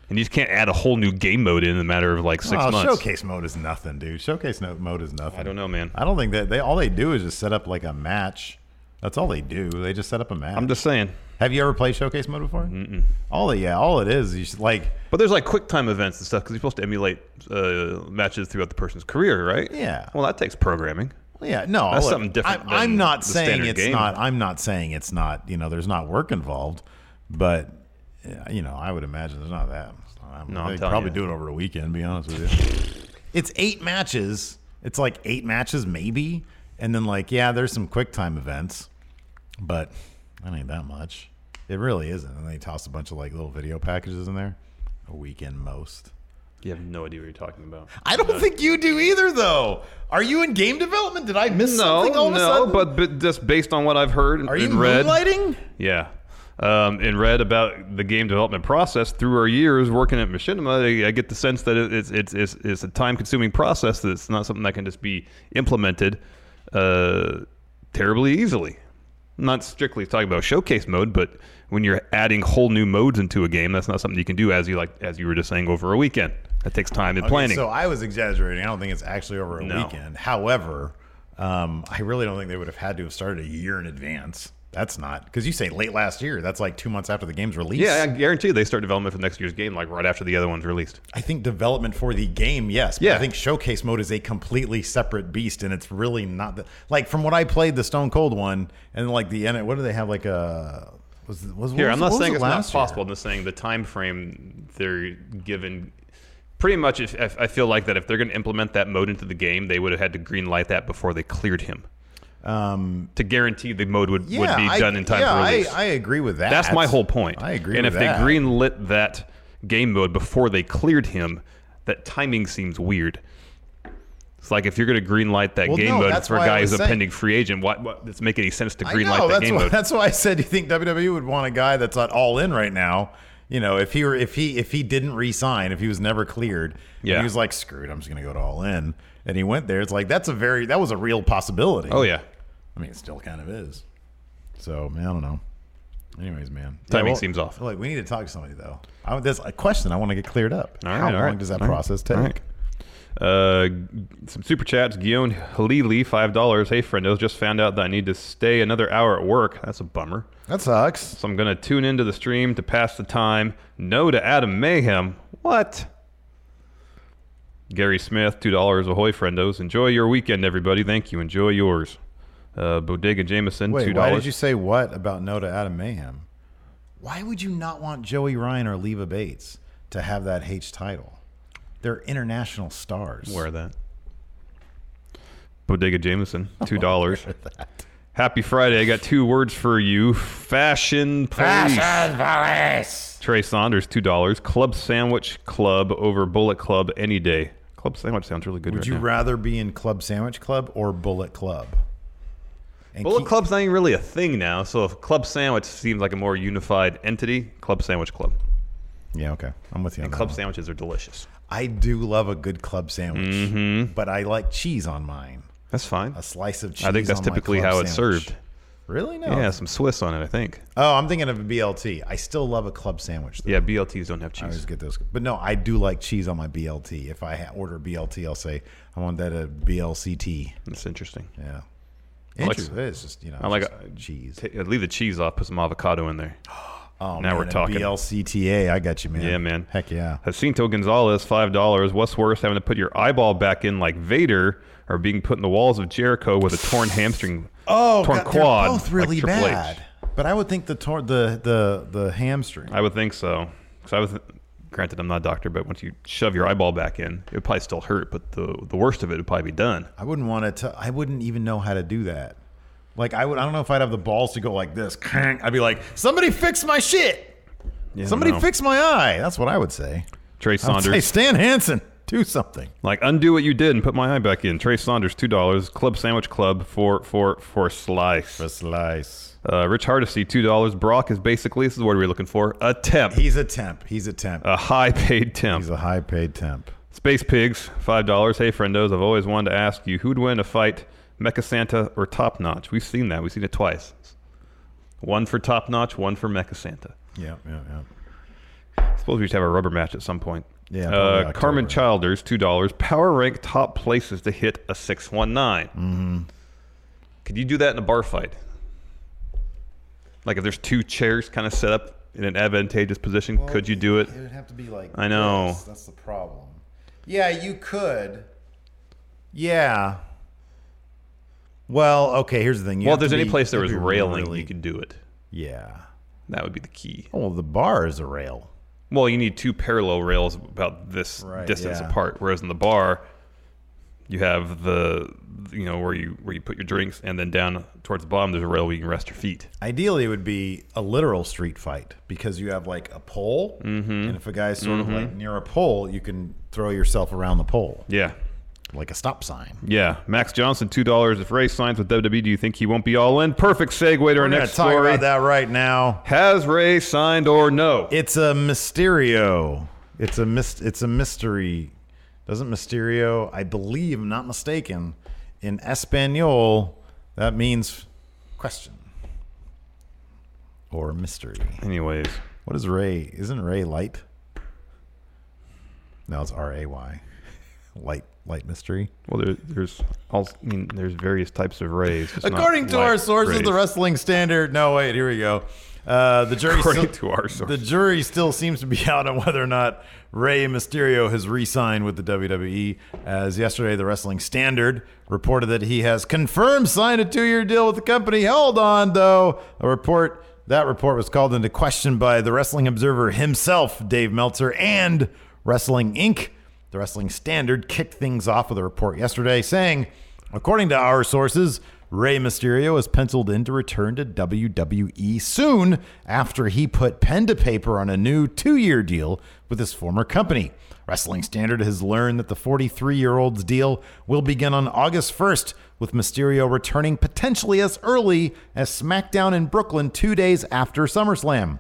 Speaker 7: and you just can't add a whole new game mode in a matter of like six
Speaker 6: Oh,
Speaker 7: months.
Speaker 6: Showcase mode is nothing, dude. Showcase no- mode is nothing.
Speaker 7: I don't know, man.
Speaker 6: I don't think that they all they do is just set up like a match. That's all they do. They just set up a match.
Speaker 7: I'm just saying.
Speaker 6: Have you ever played showcase mode before? Mm-mm. All it, yeah, all it is. You should like,
Speaker 7: But there's like quick time events and stuff because you're supposed to emulate uh, matches throughout the person's career, right?
Speaker 6: Yeah.
Speaker 7: Well, that takes programming.
Speaker 6: yeah, no,
Speaker 7: That's
Speaker 6: all it-
Speaker 7: something different
Speaker 6: I, am
Speaker 7: than
Speaker 6: not
Speaker 7: the
Speaker 6: saying
Speaker 7: standard
Speaker 6: it's
Speaker 7: game.
Speaker 6: not. I'm not saying it's not. You know, there's not work involved, but yeah, you know, I would imagine there's not that. It's not that much.
Speaker 7: No, I'm
Speaker 6: they
Speaker 7: telling
Speaker 6: probably
Speaker 7: you.
Speaker 6: do it over a weekend. Be honest with you. it's eight matches. It's like eight matches, maybe, and then like yeah, there's some quick time events, but that ain't that much. It really isn't. And they toss a bunch of like little video packages in there. A weekend most.
Speaker 7: You have no idea what you're talking about.
Speaker 6: I don't think you do either, though. Are you in game development? Did I miss something all of a
Speaker 7: no,
Speaker 6: sudden?
Speaker 7: but, but just based on what I've heard and,
Speaker 6: are you
Speaker 7: and read,
Speaker 6: moonlighting?
Speaker 7: yeah, um, and read about the game development process through our years working at Machinima, I, I get the sense that it, it's, it's it's it's a time-consuming process that it's not something that can just be implemented uh, terribly easily. Not strictly talking about showcase mode, but when you're adding whole new modes into a game, that's not something you can do as you like as you were just saying over a weekend. That takes time and
Speaker 6: Okay,
Speaker 7: planning.
Speaker 6: So I was exaggerating. I don't think it's actually over a
Speaker 7: No.
Speaker 6: weekend. However, um, I really don't think they would have had to have started a year in advance. That's not because you say late last year. That's like two months after the game's release.
Speaker 7: yeah, I guarantee they start development for next year's game like right after the other one's released.
Speaker 6: I think development for the game, yes. But
Speaker 7: Yeah.
Speaker 6: I think showcase mode is a completely separate beast, and it's really not that. Like from what I played, the Stone Cold one, and like the end. What do they have? Like a was was
Speaker 7: Here,
Speaker 6: what
Speaker 7: I'm
Speaker 6: was-
Speaker 7: not
Speaker 6: what was
Speaker 7: saying
Speaker 6: it
Speaker 7: it's not
Speaker 6: last year?
Speaker 7: possible. I'm just saying the time frame they're given. Pretty much, if, if I feel like that if they're going to implement that mode into the game, they would have had to green light that before they cleared him
Speaker 6: Um,
Speaker 7: to guarantee the mode would,
Speaker 6: yeah,
Speaker 7: would be
Speaker 6: I-
Speaker 7: done in time
Speaker 6: yeah,
Speaker 7: for release.
Speaker 6: I, I agree with that.
Speaker 7: That's my whole point.
Speaker 6: I agree.
Speaker 7: And
Speaker 6: with
Speaker 7: if
Speaker 6: that.
Speaker 7: they green lit that game mode before they cleared him, that timing seems weird. It's like if you're going to green light that
Speaker 6: Well,
Speaker 7: game
Speaker 6: no,
Speaker 7: mode
Speaker 6: that's
Speaker 7: for a
Speaker 6: why I
Speaker 7: guy
Speaker 6: was
Speaker 7: who's a
Speaker 6: saying-
Speaker 7: pending free agent, why, why, does it make any sense to
Speaker 6: I
Speaker 7: green
Speaker 6: know,
Speaker 7: light that
Speaker 6: that's
Speaker 7: game
Speaker 6: why,
Speaker 7: mode?
Speaker 6: That's why I said you think WWE would want a guy that's not all in right now. You know, if he were, if he, if he didn't resign, if he was never cleared, and
Speaker 7: Yeah.
Speaker 6: he was like, screw it, I'm just gonna go to all in, and he went there. It's like that's a very, that was a real possibility.
Speaker 7: Oh, yeah.
Speaker 6: I mean, it still kind of is. So man, I don't know. Anyways, man,
Speaker 7: Timing seems off.
Speaker 6: Like we need to talk to somebody though. I, there's a question I want to get cleared up.
Speaker 7: All right,
Speaker 6: How
Speaker 7: all
Speaker 6: long
Speaker 7: right,
Speaker 6: does that
Speaker 7: all right,
Speaker 6: process
Speaker 7: all
Speaker 6: take?
Speaker 7: right. Uh, g- some super chats. Guillaume Halili, five dollars. Hey, friendos, just found out that I need to stay another hour at work. That's a bummer.
Speaker 6: That sucks.
Speaker 7: So I'm gonna tune into the stream to pass the time. No to Adam Mayhem. What? Gary Smith, two dollars. Ahoy, friendos. Enjoy your weekend, everybody. Thank you. Enjoy yours. Uh, Bodega Jameson, two
Speaker 6: Wait, why did you
Speaker 7: dollars.
Speaker 6: say what about no to Adam Mayhem? Why would you not want Joey Ryan or Leva Bates to have that H title? They're international stars.
Speaker 7: Wear that. Bodega
Speaker 6: <laughs>
Speaker 7: Jameson, two dollars. Happy Friday. I got two words for you. Fashion police. Trey Saunders, two dollars. Club sandwich club over Bullet Club any day. Club sandwich sounds really good.
Speaker 6: Would
Speaker 7: right
Speaker 6: you
Speaker 7: now.
Speaker 6: rather be in Club Sandwich Club or Bullet Club? And
Speaker 7: Bullet
Speaker 6: keep-
Speaker 7: Club's not even really a thing now, so if Club Sandwich seems like a more unified entity, Club Sandwich Club.
Speaker 6: Yeah, okay. I'm with you on
Speaker 7: And
Speaker 6: that
Speaker 7: club
Speaker 6: one.
Speaker 7: sandwiches are delicious.
Speaker 6: I do love a good club sandwich, but I like cheese on mine.
Speaker 7: That's fine.
Speaker 6: A slice of cheese.
Speaker 7: Mm-hmm. I think that's
Speaker 6: on my
Speaker 7: typically
Speaker 6: club
Speaker 7: how it's
Speaker 6: sandwich. Oh.
Speaker 7: served.
Speaker 6: Really? No.
Speaker 7: Yeah, some Swiss on it, I think.
Speaker 6: Oh, I'm thinking of a BLT. I still love a club sandwich. Though.
Speaker 7: Yeah, BLTs don't have
Speaker 6: I
Speaker 7: cheese.
Speaker 6: always get those. But no, I do like cheese on my BLT. If I ha- order BLT, I'll say I want that uh, a BLCT.
Speaker 7: That's interesting.
Speaker 6: Yeah.
Speaker 7: I like-
Speaker 6: Interesting. It's just you know,
Speaker 7: I like
Speaker 6: just uh,
Speaker 7: a-
Speaker 6: cheese.
Speaker 7: Ta- uh, leave the cheese off, put some avocado in there.
Speaker 6: Oh,
Speaker 7: now
Speaker 6: man,
Speaker 7: we're
Speaker 6: a
Speaker 7: talking.
Speaker 6: BLCTA. I got you, man.
Speaker 7: Yeah, man.
Speaker 6: Heck yeah.
Speaker 7: Jacinto Gonzalez, five dollars. What's worse, having to put your eyeball back in like Vader, or being put in the walls of Jericho with a torn hamstring,
Speaker 6: Oh,
Speaker 7: torn
Speaker 6: God, they're
Speaker 7: quad,
Speaker 6: both really
Speaker 7: like Triple H.
Speaker 6: bad. But I would think the tor- the the the hamstring.
Speaker 7: I would think so. 'Cause I was, granted, I'm not a doctor, but once you shove your eyeball back in, it would probably still hurt, but the the worst of it would probably be done.
Speaker 6: I wouldn't want to. I wouldn't even know how to do that. Like I would. I don't know if I'd have the balls to go like this. I'd be like, somebody fix my shit. somebody
Speaker 7: no.
Speaker 6: fix my eye. That's what I would say.
Speaker 7: Trey
Speaker 6: I would say,
Speaker 7: Saunders,
Speaker 6: Stan Hansen, do something.
Speaker 7: like undo what you did and put my eye back in. Trey Saunders, two dollars. Club Sandwich Club for for for slice.
Speaker 6: slice.
Speaker 7: Uh, Rich Hardesty, two dollars. Brock is basically this is what we were looking for. A temp,
Speaker 6: He's a temp. He's a temp.
Speaker 7: a high paid temp.
Speaker 6: He's a high paid temp.
Speaker 7: Space Pigs, five dollars. Hey friendos, I've always wanted to ask you who'd win a fight, Mecha Santa or Top Notch. We've seen that. We've seen it twice. One for Top Notch, one for Mecha Santa.
Speaker 6: Yeah, yeah, yeah.
Speaker 7: Suppose we should have a rubber match at some point.
Speaker 6: Yeah, probably
Speaker 7: Uh, Carmen
Speaker 6: October.
Speaker 7: Childers, two dollars. Power rank top places to hit a six one nine.
Speaker 6: Mm-hmm.
Speaker 7: Could you do that in a bar fight? Like if there's two chairs kind of set up in an advantageous position, could you do it?
Speaker 6: It would have to be like.
Speaker 7: I know.
Speaker 6: this. That's the problem. Yeah, you could. Yeah. Well, okay. Here's the thing. You
Speaker 7: Well, if
Speaker 6: have to
Speaker 7: there's any
Speaker 6: be-
Speaker 7: place there
Speaker 6: you
Speaker 7: was
Speaker 6: have to be
Speaker 7: railing,
Speaker 6: really-
Speaker 7: you could do it.
Speaker 6: Yeah. Oh,
Speaker 7: That would be the key.
Speaker 6: Well, the bar is a rail.
Speaker 7: Well, you need two parallel rails about this
Speaker 6: Right,
Speaker 7: distance
Speaker 6: yeah.
Speaker 7: apart, whereas in the bar, You have the you know where you where you put your drinks, and then down towards the bottom there's a rail where you can rest your feet.
Speaker 6: Ideally, it would be a literal street fight because you have like a pole,
Speaker 7: Mm-hmm.
Speaker 6: and if a guy's sort of like near a pole, you can throw yourself around the pole
Speaker 7: Yeah,
Speaker 6: like a stop sign.
Speaker 7: yeah. Max Johnson, two dollars. If Ray signs with WWE, do you think he won't be all in? Perfect segue to our
Speaker 6: We're going to
Speaker 7: next
Speaker 6: talk
Speaker 7: story.
Speaker 6: about that right now.
Speaker 7: Has Ray signed or no?
Speaker 6: It's a Mysterio. It's a mist. It's a mystery. Doesn't Mysterio? I believe, I'm not mistaken, in Espanol, that means question or mystery.
Speaker 7: Anyways,
Speaker 6: What is Ray? Isn't Ray light? No, it's R A Y. <laughs> Light, light mystery.
Speaker 7: well there, there's all I mean there's various types of Rays. just not
Speaker 6: According to
Speaker 7: like
Speaker 6: our sources,
Speaker 7: Rays.
Speaker 6: the wrestling standard. No, wait, here we go. Uh, the jury.
Speaker 7: According
Speaker 6: still,
Speaker 7: to our
Speaker 6: the
Speaker 7: sources.
Speaker 6: jury still seems to be <laughs> out on whether or not Rey Mysterio has re-signed with the WWE. As yesterday, the Wrestling Standard reported that he has confirmed signed a two-year deal with the company. Hold on, though, a report. That report was called into question by the Wrestling Observer himself, Dave Meltzer, and Wrestling Inc. The Wrestling Standard kicked things off with a report yesterday saying, according to our sources, Rey Mysterio is penciled in to return to WWE soon after he put pen to paper on a new two year deal with his former company. Wrestling Standard has learned that the 43 year old's deal will begin on August 1st, with Mysterio returning potentially as early as SmackDown in Brooklyn two days after SummerSlam.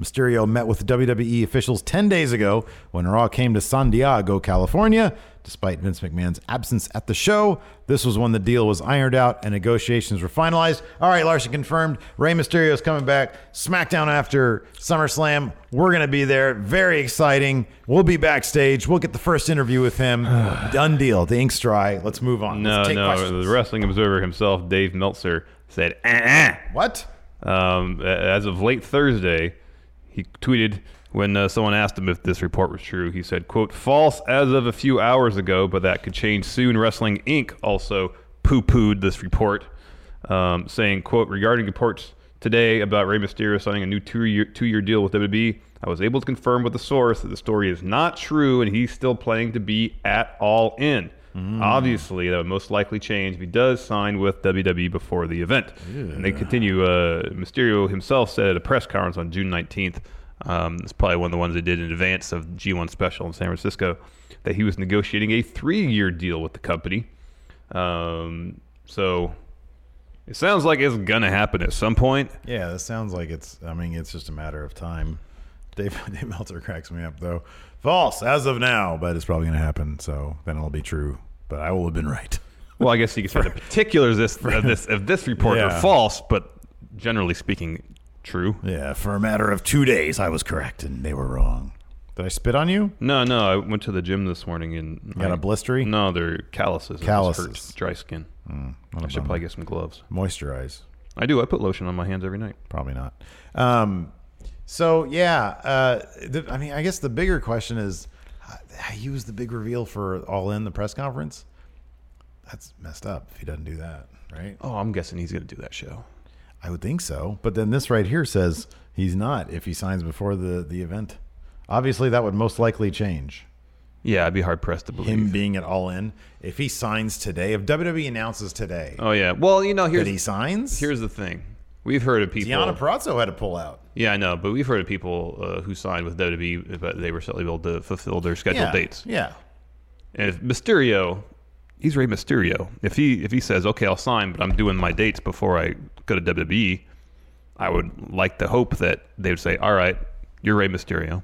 Speaker 6: Mysterio met with WWE officials 10 days ago when Raw came to San Diego, California. Despite Vince McMahon's absence at the show, this was when the deal was ironed out and negotiations were finalized. All right, Larson confirmed Rey Mysterio is coming back. SmackDown after SummerSlam. We're going to be there. Very exciting. We'll be backstage. We'll get the first interview with him. <sighs> Done deal. The ink's dry. Let's move on.
Speaker 7: No,
Speaker 6: Let's take
Speaker 7: no.
Speaker 6: questions.
Speaker 7: The Wrestling Observer himself, Dave Meltzer, said, uh
Speaker 6: what?
Speaker 7: um, a- as of late Thursday, he tweeted when uh, someone asked him if this report was true. He said, "quote False as of a few hours ago, but that could change soon." Wrestling Inc. also poo-pooed this report, um, saying, "quote Regarding reports today about Rey Mysterio signing a new two-year two-year deal with WWE." I was able to confirm with the source that the story is not true and he's still planning to be at all in. Obviously, that would most likely change if he does sign with WWE before the event. And they continue. Uh, Mysterio himself said at a press conference on June 19th, um, it's probably one of the ones they did in advance of G1 Special in San Francisco, that he was negotiating a three year deal with the company. Um, so it sounds like it's going to happen at some point.
Speaker 6: Yeah, this sounds like it's. I mean, it's just a matter of time. <laughs> Dave, Dave Meltzer cracks me up though. False as of now, but it's probably going to happen. So then it'll be true. But I will have been right. <laughs>
Speaker 7: Well, I guess you could say the particulars of this, of this, of this report
Speaker 6: Yeah.
Speaker 7: are false, but generally speaking, true.
Speaker 6: Yeah, for a matter of two days, I was correct and they were wrong. Did I spit on you?
Speaker 7: No, no. I went to the gym this morning and
Speaker 6: Got
Speaker 7: a
Speaker 6: a blistery?
Speaker 7: No, they're calluses. It just
Speaker 6: Calluses. Mm,
Speaker 7: hurts. dry skin. I should probably get some gloves.
Speaker 6: Moisturize.
Speaker 7: I do. I put lotion on my hands every night.
Speaker 6: Probably not. Um, so yeah, uh, the, I mean, I guess the bigger question is, h- he was the big reveal for All In the press conference. That's messed up if he doesn't do that, right?
Speaker 7: Oh, I'm guessing he's gonna do that show.
Speaker 6: I would think so. But then this right here says he's not if he signs before the, the event. Obviously, that would most likely change.
Speaker 7: Yeah, I'd be hard pressed to believe.
Speaker 6: Him being at all in. If he signs today, if WWE announces today
Speaker 7: Oh yeah. Well, you know,
Speaker 6: that he
Speaker 7: here's
Speaker 6: signs,
Speaker 7: here's the thing. We've heard of people.
Speaker 6: Deanna Perazzo had to pull out.
Speaker 7: yeah, I know, but we've heard of people uh, who signed with WWE, but they were still able to fulfill their scheduled
Speaker 6: yeah.
Speaker 7: dates.
Speaker 6: Yeah.
Speaker 7: And if Mysterio, he's Rey Mysterio. If he if he says, "Okay, I'll sign, but I'm doing my dates before I go to WWE," I would like to hope that they would say, "All right, you're Rey Mysterio.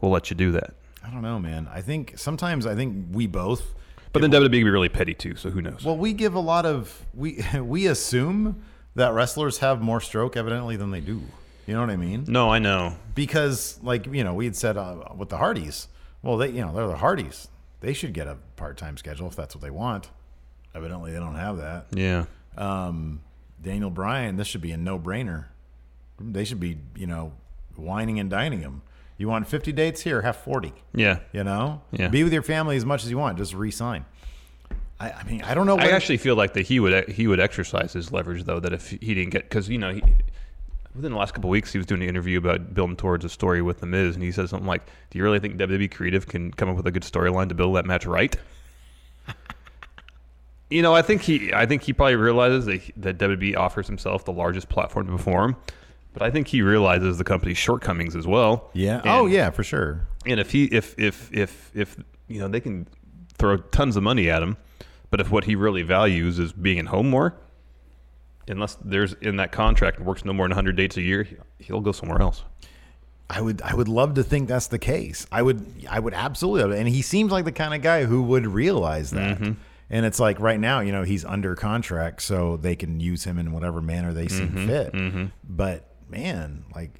Speaker 7: We'll let you do that."
Speaker 6: I don't know, man. I think sometimes I think we both
Speaker 7: But then WWE would be really petty too, so who knows?
Speaker 6: well we give a lot of we <laughs> we assume that wrestlers have more stroke evidently than they do. You know what I mean?
Speaker 7: no, I know.
Speaker 6: because like you know we had said uh, with the Hardys, well they you know they're the Hardys, they should get a part time schedule if that's what they want. Evidently they don't have that.
Speaker 7: Yeah.
Speaker 6: Um, Daniel Bryan, this should be a no brainer. They should be you know whining and dining him. You want fifty dates here, have forty.
Speaker 7: Yeah.
Speaker 6: You know,
Speaker 7: Yeah.
Speaker 6: be with your family as much as you want. Just resign. I, I mean, I don't know.
Speaker 7: I
Speaker 6: what-
Speaker 7: actually feel like that he would he would exercise his leverage though. That if he didn't get because you know he, within the last couple of weeks he was doing an interview about building towards a story with the Miz, and he E said something like, "Do you really think WWE creative can come up with a good storyline to build that match right?" <laughs> You know, I think he, I think he probably realizes that, he- that WWE offers himself the largest platform to perform, but I think he realizes the company's shortcomings as well.
Speaker 6: Yeah.
Speaker 7: And-
Speaker 6: oh yeah, for sure.
Speaker 7: And if he, if if if if you know, they can throw tons of money at him, but if what he really values is being at home more, unless there's in that contract and works no more than 100 dates a year, he'll go somewhere else.
Speaker 6: I would I would love to think that's the case. I would I would absolutely and he seems like the kind of guy who would realize that. And it's like right now, you know, he's under contract, so they can use him in whatever manner they seem fit. But man, like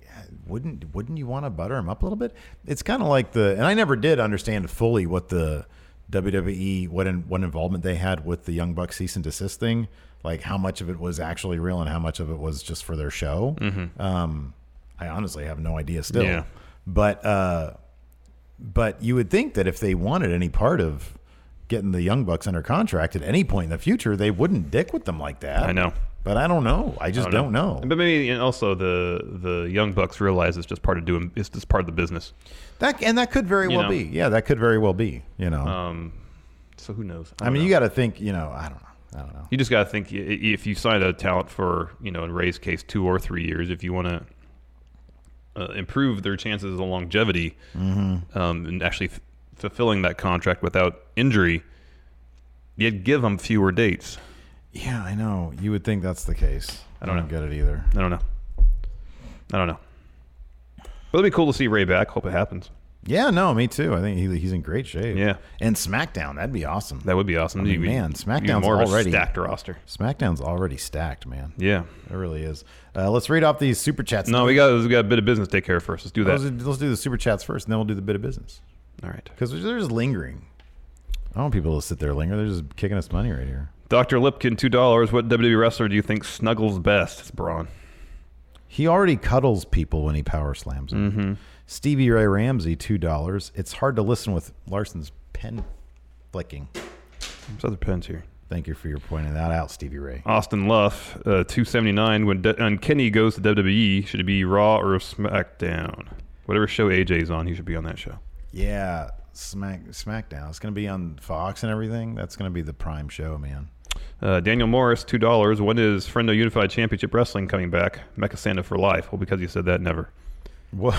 Speaker 6: wouldn't wouldn't you want to butter him up a little bit? It's kind of like the and I never did understand fully what the WWE what in, what involvement they had with the Young Buck cease and desist thing, like how much of it was actually real and how much of it was just for their show. Um, I honestly have no idea still.
Speaker 7: Yeah.
Speaker 6: But uh, but you would think that if they wanted any part of getting the Young Bucks under contract at any point in the future, they wouldn't dick with them like that.
Speaker 7: I know.
Speaker 6: But I don't know. I just don't know.
Speaker 7: But maybe and also the the young bucks realize it's just part of doing it's just part of the business.
Speaker 6: That and that could very
Speaker 7: You know.
Speaker 6: well
Speaker 7: Oh,
Speaker 6: be. Yeah, that could very well be. You know.
Speaker 7: Um, So who knows?
Speaker 6: I mean, you got to think. You know, I don't know. I don't know.
Speaker 7: you just got to think i- if you sign a talent for you know in Ray's case two or three years, if you want to uh, improve their chances of longevity
Speaker 6: Mm-hmm.
Speaker 7: um, and actually f- fulfilling that contract without injury, you'd give them fewer dates.
Speaker 6: Yeah, I know. You would think that's the case. I
Speaker 7: don't
Speaker 6: don't, get it either.
Speaker 7: I don't know. I don't know. But it'd be cool to see Ray back. Hope it happens.
Speaker 6: Yeah, no, me too. I think he, he's in great shape.
Speaker 7: Yeah.
Speaker 6: And SmackDown, that'd be awesome.
Speaker 7: That would be awesome.
Speaker 6: mean,
Speaker 7: You'd be-
Speaker 6: man,
Speaker 7: you'd be
Speaker 6: SmackDown's
Speaker 7: more of a
Speaker 6: already-
Speaker 7: stacked roster.
Speaker 6: SmackDown's already stacked, man.
Speaker 7: Yeah.
Speaker 6: It really is. Uh, let's read off these super chats.
Speaker 7: No, we got we got a bit of business to take care of first. Let's do that.
Speaker 6: Let's, let's do the super chats first, and then we'll do the bit of business
Speaker 7: All right.
Speaker 6: because they're just lingering. I don't want people to sit there and linger. They're just kicking us money right here.
Speaker 7: Dr. Lipkin, $2. What WWE wrestler do you think snuggles best? It's Braun.
Speaker 6: He already cuddles people when he power slams them.
Speaker 7: Mm-hmm.
Speaker 6: Stevie Ray Ramsey, two dollars. It's hard to listen with Larson's pen flicking.
Speaker 7: There's other pens here.
Speaker 6: Thank you for your pointing that out, Stevie Ray.
Speaker 7: Austin Luff, uh, 279. When, De- when Kenny goes to WWE, should it be Raw or SmackDown? Whatever show AJ's on, he should be on that show.
Speaker 6: Yeah, Smack SmackDown. It's gonna be on Fox and everything. That's gonna be the prime show, man. <laughs>
Speaker 7: Uh, Daniel Morris, $2. When is Friendo Unified Championship Wrestling coming back? Mecha Santa for life. Well, because you said that, never.
Speaker 6: Wha-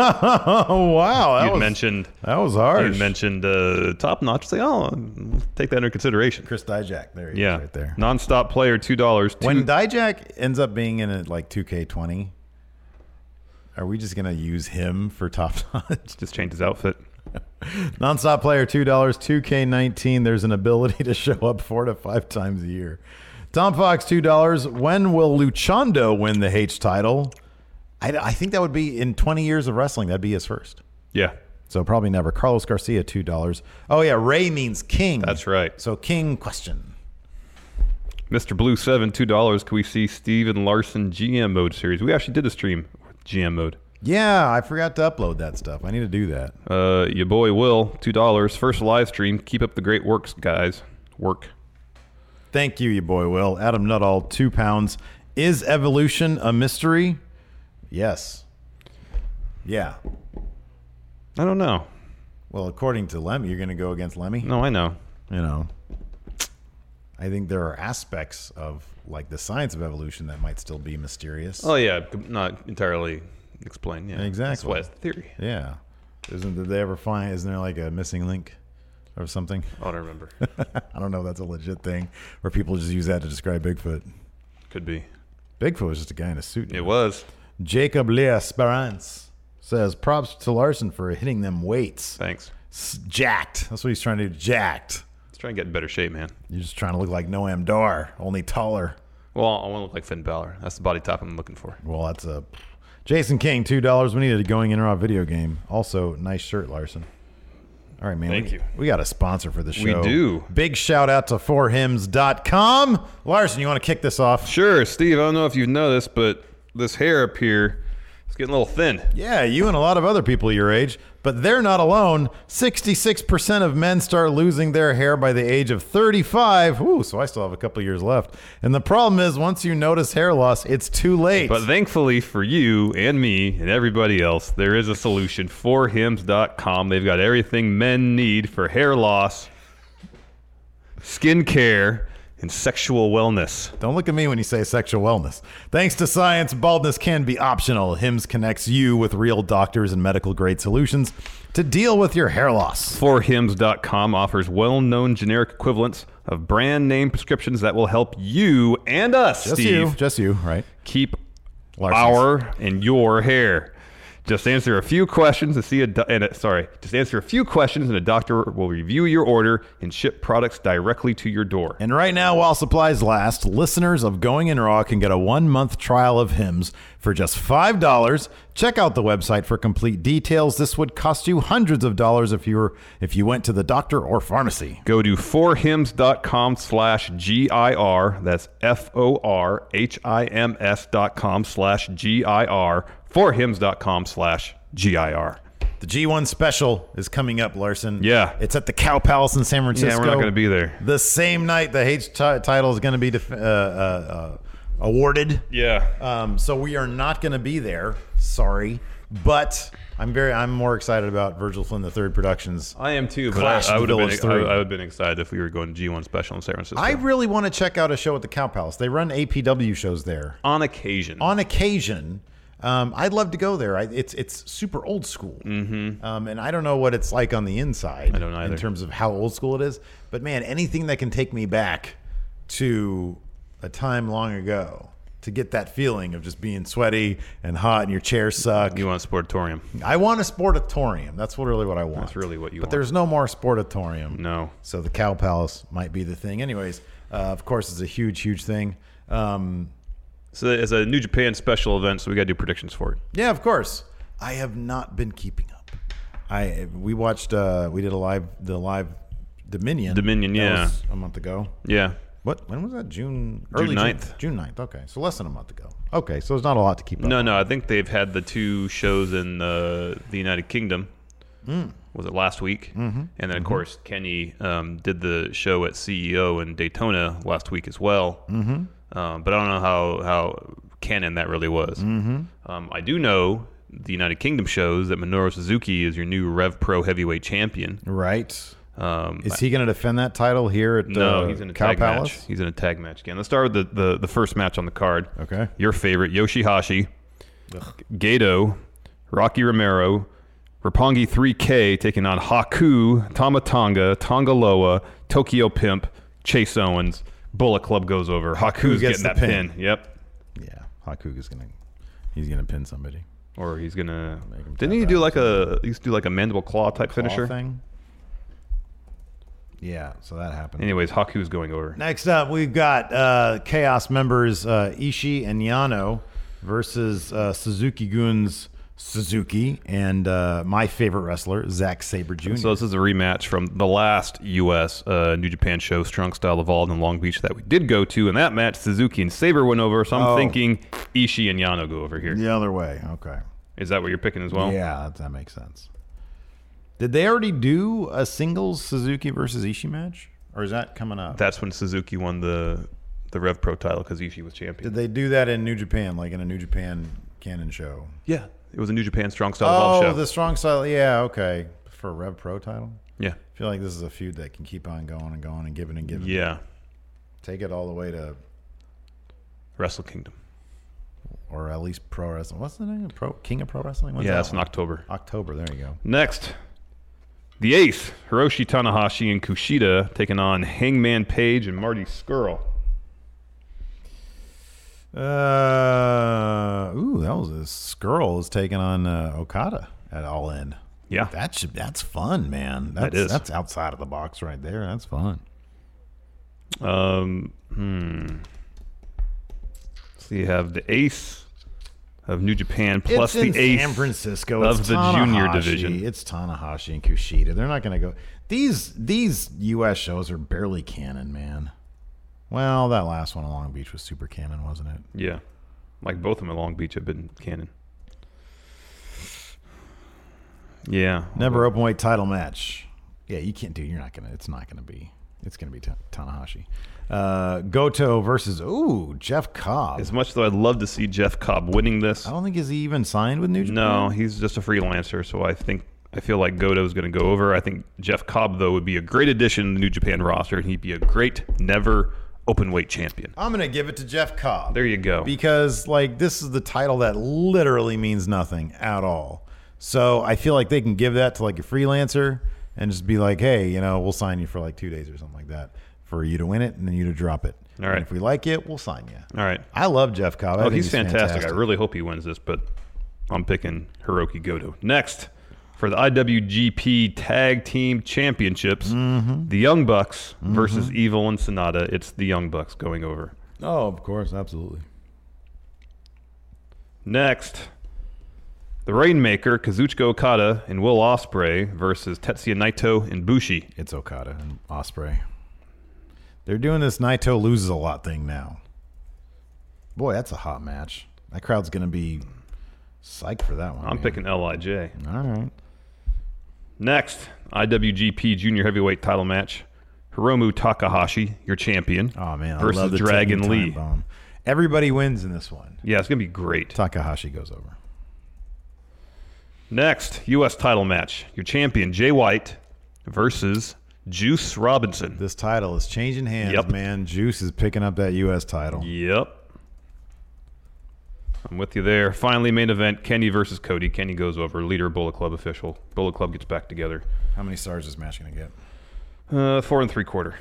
Speaker 6: wow, that
Speaker 7: you
Speaker 6: was
Speaker 7: mentioned.
Speaker 6: that was hard.
Speaker 7: You mentioned uh, top notch. Say, oh, we'll take that under consideration.
Speaker 6: Chris Dijak. There he
Speaker 7: Yeah,
Speaker 6: is, right there.
Speaker 7: Nonstop player, two dollars.
Speaker 6: When Dijak ends up being in a, like 2K20, are we just gonna use him for top <laughs> notch?
Speaker 7: just changed his outfit.
Speaker 6: Nonstop player two dollars, 2K19. There's an ability to show up four to five times a year. Tom Fox two dollars. When will Luchando win the H title? I, I think that would be in 20 years of wrestling. That'd be his first.
Speaker 7: Yeah,
Speaker 6: So probably never. Carlos Garcia two dollars. Oh yeah, Ray means king.
Speaker 7: That's right.
Speaker 6: So king question.
Speaker 7: Mr. Blue Seven, two dollars. Can we see Steven Larson GM mode series? We actually did a stream with GM mode.
Speaker 6: Yeah, I forgot to upload that stuff. I need to do that.
Speaker 7: Uh, your boy Will, two dollars. First live stream. Keep up the great works, guys. Work.
Speaker 6: Thank you, you boy Will. Adam Nuttall, two pounds. Is evolution a mystery? Yes. Yeah.
Speaker 7: I don't know.
Speaker 6: Well, according to Lemmy, you're going to go against Lemmy.
Speaker 7: No, I know.
Speaker 6: You know, I think there are aspects of like the science of evolution that might still be mysterious.
Speaker 7: Oh yeah, c- not entirely explained. Yeah, That's
Speaker 6: Exactly.
Speaker 7: why it's the theory.
Speaker 6: Yeah. Isn't did they ever find? Isn't there like a missing link or something? <laughs>
Speaker 7: I don't remember.
Speaker 6: I don't know. if That's a legit thing, or people just use that to describe Bigfoot.
Speaker 7: Could be.
Speaker 6: Bigfoot was just a guy in a suit.
Speaker 7: It was.
Speaker 6: Jacob Le Esperance says props to Larson for hitting them weights.
Speaker 7: Thanks.
Speaker 6: S- Jacked. That's what he's trying to do. Jacked.
Speaker 7: Let's try and get in better shape, man.
Speaker 6: You're just trying to look like Noam Dar, only taller.
Speaker 7: Well, I want to look like Finn Balor. That's the body type I'm looking for.
Speaker 6: Well, that's a Jason King two dollars. We needed a going in or out video game. Also, nice shirt, Larson. All right, man.
Speaker 7: Thank
Speaker 6: we,
Speaker 7: you.
Speaker 6: We got a sponsor for the
Speaker 7: We
Speaker 6: show.
Speaker 7: do.
Speaker 6: Big shout out to fourhymns.com. Larson, you want to kick this off?
Speaker 7: Sure, Steve. I don't know if you've noticed, but this hair up here is getting a little thin.
Speaker 6: Yeah, you and a lot of other people your age, but they're not alone. 66% of men start losing their hair by the age of 35. Ooh, so I still have a couple years left. And the problem is, once you notice hair loss, it's too late.
Speaker 7: But thankfully for you and me and everybody else, there is a solution. Forhims.com. They've got everything men need for hair loss. skincare, and sexual wellness.
Speaker 6: Don't look at me when you say sexual wellness. Thanks to science, baldness can be optional. HIMS connects you with real doctors and medical grade solutions to deal with your hair loss.
Speaker 7: forhims.com offers well-known generic equivalents of brand name prescriptions that will help you and us,
Speaker 6: Just
Speaker 7: Steve,
Speaker 6: you, just you, right?
Speaker 7: keep
Speaker 6: Larson's.
Speaker 7: our and your hair. Just answer a few questions and see a, do- and a sorry, just answer a few questions and a doctor will review your order and ship products directly to your door.
Speaker 6: And right now, while supplies last, listeners of Going in Raw can get a one month trial of hymns for just $5. Check out the website for complete details. This would cost you hundreds of dollars if you were if you went to the doctor or pharmacy.
Speaker 7: Go to forhims.com slash G-I-R. That's F-O-R-H-I-M-S dot com slash G-I-R. Forhims.com slash G-I-R.
Speaker 6: The G1 special is coming up, Larson.
Speaker 7: Yeah.
Speaker 6: It's at the Cow Palace in San Francisco.
Speaker 7: Yeah, we're not going to be there.
Speaker 6: The same night the H ti- title is going to be def- uh, uh, uh, awarded.
Speaker 7: Yeah.
Speaker 6: Um, so we are not going to be there. Sorry, but I'm very I'm more excited about Virgil Flynn the Third Productions.
Speaker 7: I am too, but
Speaker 6: Clash
Speaker 7: I,
Speaker 6: of
Speaker 7: I
Speaker 6: the
Speaker 7: would have been,
Speaker 6: Villas
Speaker 7: I,
Speaker 6: three.
Speaker 7: I would've been excited if we were going to G1 special in San Francisco.
Speaker 6: I really want to check out a show at the Cow Palace. They run APW shows there
Speaker 7: on occasion.
Speaker 6: on occasion. Um, I'd love to go there. I, it's it's super old school, mm-hmm. um, and I don't know what it's like on the inside. I
Speaker 7: don't either.
Speaker 6: in terms of how old school it is. But man, anything that can take me back to a time long ago to get that feeling of just being sweaty and hot and your chair suck.
Speaker 7: you want Sportatorium?
Speaker 6: I want a sportatorium. That's what, really what I want.
Speaker 7: That's really what you
Speaker 6: But
Speaker 7: want.
Speaker 6: there's no more sportatorium.
Speaker 7: No.
Speaker 6: So the Cow Palace might be the thing. Anyways, uh, of course, it's a huge, huge thing. Um,
Speaker 7: So it's a New Japan special event, so we got to do predictions for it.
Speaker 6: yeah, of course. I have not been keeping up. I we watched uh, we did a live the live Dominion
Speaker 7: Dominion,
Speaker 6: That
Speaker 7: yeah.
Speaker 6: was a month ago.
Speaker 7: Yeah.
Speaker 6: What when was that? June
Speaker 7: June
Speaker 6: early
Speaker 7: 9th.
Speaker 6: June 9th. Okay, so less than a month ago. Okay, so there's not a lot to keep up.
Speaker 7: No, no. I think they've had the two shows in the the United Kingdom. Was it last week? Hmm. Mm-hmm. And then, of course, Kenny um, did the show at CEO in Daytona last week as well. Mm-hmm. Um, but I don't know how how canon that really was. Mm-hmm. Um, I do know the United Kingdom shows that Minoru Suzuki is your new Rev Pro heavyweight champion.
Speaker 6: Right.
Speaker 7: Um,
Speaker 6: Is he going to defend that title here at
Speaker 7: No,
Speaker 6: uh,
Speaker 7: he's in a
Speaker 6: Cow
Speaker 7: tag
Speaker 6: Palace?
Speaker 7: match. He's in a tag match again. Let's start with the, the, the first match on the card.
Speaker 6: Okay.
Speaker 7: Your favorite, Yoshihashi, Gato, Rocky Romero, Rapongi 3K taking on Haku, Tamatanga, Tongaloa, Tokyo Pimp, Chase Owens. Bullet Club goes over. Haku's getting
Speaker 6: gets the
Speaker 7: that
Speaker 6: pin.
Speaker 7: pin. Yep.
Speaker 6: Yeah, Hakuga's gonna he's gonna pin somebody.
Speaker 7: Or he's gonna.
Speaker 6: him
Speaker 7: Didn't he
Speaker 6: tap
Speaker 7: do
Speaker 6: out.
Speaker 7: like a? He used to do like a mandible claw type finisher.
Speaker 6: Claw thing. Yeah, so that happened.
Speaker 7: Anyways, Haku's going over.
Speaker 6: Next up, we've got uh, Chaos members uh, Ishii and Yano versus uh, Suzuki Goon's Suzuki and uh, my favorite wrestler Zack Saber Jr.
Speaker 7: So this is a rematch from the last U.S. Uh, New Japan show, Strong Style Evolved in Long Beach, that we did go to. In that match, Suzuki and Saber went over. So I'm
Speaker 6: Oh.
Speaker 7: thinking Ishii and Yano go over here. Is
Speaker 6: the other way. Okay.
Speaker 7: that what you're picking as well?
Speaker 6: yeah, that, that makes sense. Did they already do a singles Suzuki versus Ishii match, or is that coming up?
Speaker 7: That's when Suzuki won the the Rev Pro title because Ishii was champion.
Speaker 6: Did they do that in New Japan, like in a New Japan canon show?
Speaker 7: yeah, it was a New Japan Strong Style
Speaker 6: Oh,
Speaker 7: Evolved show.
Speaker 6: the strong style. Yeah, okay. For a Rev Pro title,
Speaker 7: yeah,
Speaker 6: I feel like this is a feud that can keep on going and going and giving and giving.
Speaker 7: yeah,
Speaker 6: Take it all the way to,
Speaker 7: Wrestle Kingdom.
Speaker 6: or at least pro wrestling. What's the name? Pro King of Pro Wrestling. When's
Speaker 7: yeah,
Speaker 6: that
Speaker 7: that's in
Speaker 6: one?
Speaker 7: October.
Speaker 6: October. There you go.
Speaker 7: Next, the Ace Hiroshi Tanahashi and Kushida taking on Hangman Page and Marty Skrull.
Speaker 6: Uh, ooh, that was this girl is taking on uh, Okada at All In.
Speaker 7: Yeah,
Speaker 6: That should that's fun, man. That's,
Speaker 7: That is.
Speaker 6: that's outside of the box right there. That's fun.
Speaker 7: Um, hmm. So you have the ace of New Japan plus
Speaker 6: it's in
Speaker 7: the ace
Speaker 6: San Francisco
Speaker 7: of
Speaker 6: It's
Speaker 7: the junior
Speaker 6: Tanahashi.
Speaker 7: division.
Speaker 6: It's Tanahashi and Kushida. They're not going to go. These these U.S. shows are barely canon, man. Well, that last one in Long Beach was super canon, wasn't it?
Speaker 7: yeah, like both of them in Long Beach have been canon. Yeah,
Speaker 6: Never open weight title match. Yeah, you can't do. You're not gonna. It's not gonna be. It's gonna be Ta- Tanahashi. Uh, Goto versus ooh Jeff Cobb.
Speaker 7: As much though, I'd love to see Jeff Cobb winning this.
Speaker 6: I don't think is he even signed with New Japan.
Speaker 7: No, he's just a freelancer, so I think I feel like Goto's going to go over. I think Jeff Cobb, though, would be a great addition to the New Japan roster, and he'd be a great never open weight champion.
Speaker 6: I'm gonna give it to Jeff Cobb.
Speaker 7: There you go.
Speaker 6: Because like this is the title that literally means nothing at all. So I feel like they can give that to like a freelancer and just be like, hey, you know, we'll sign you for like two days or something like that for you to win it and then you to drop it.
Speaker 7: All right.
Speaker 6: And if we like it, we'll sign you.
Speaker 7: All right.
Speaker 6: I love Jeff Cobb. I
Speaker 7: Oh,
Speaker 6: think
Speaker 7: he's fantastic. I really hope he wins this, but I'm picking Hiroki Goto. Next, for the IWGP Tag Team Championships,
Speaker 6: Mm-hmm.
Speaker 7: the Young Bucks versus Evil and Sonata. It's the Young Bucks going over.
Speaker 6: oh, of course, absolutely.
Speaker 7: Next, the Rainmaker, Kazuchika Okada, and Will Osprey versus Tetsuya Naito and Bushi.
Speaker 6: It's Okada and Osprey. They're doing this Naito loses a lot thing now. Boy, that's a hot match. That crowd's gonna be psyched for that one.
Speaker 7: I'm
Speaker 6: man.
Speaker 7: picking LIJ.
Speaker 6: All right.
Speaker 7: Next, IWGP Junior Heavyweight Title Match. Hiromu Takahashi, your champion,
Speaker 6: Oh man, I
Speaker 7: versus
Speaker 6: love the
Speaker 7: Dragon
Speaker 6: ticking time
Speaker 7: Lee.
Speaker 6: bomb. Everybody wins in this one.
Speaker 7: Yeah, it's gonna be great.
Speaker 6: Takahashi goes over.
Speaker 7: Next, U.S. title match. Your champion, Jay White, versus Juice Robinson.
Speaker 6: This title is changing hands,
Speaker 7: Yep.
Speaker 6: man. Juice is picking up that U.S. title.
Speaker 7: Yep. I'm with you there. Finally, main event Kenny versus Cody. Kenny goes over. Leader, Bullet Club official. Bullet Club gets back together.
Speaker 6: How many stars is this match gonna get?
Speaker 7: Uh, four and three quarter.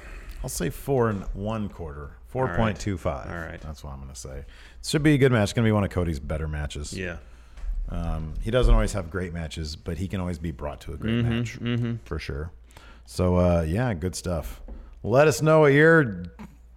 Speaker 6: I'll say four and one quarter. Four point two five.
Speaker 7: All right.
Speaker 6: That's what I'm gonna say. Should be a good match. It's gonna be one of Cody's better matches.
Speaker 7: Yeah.
Speaker 6: Um, he doesn't always have great matches, but he can always be brought to a great
Speaker 7: Mm-hmm,
Speaker 6: match for sure. So uh, yeah, good stuff. Let us know what your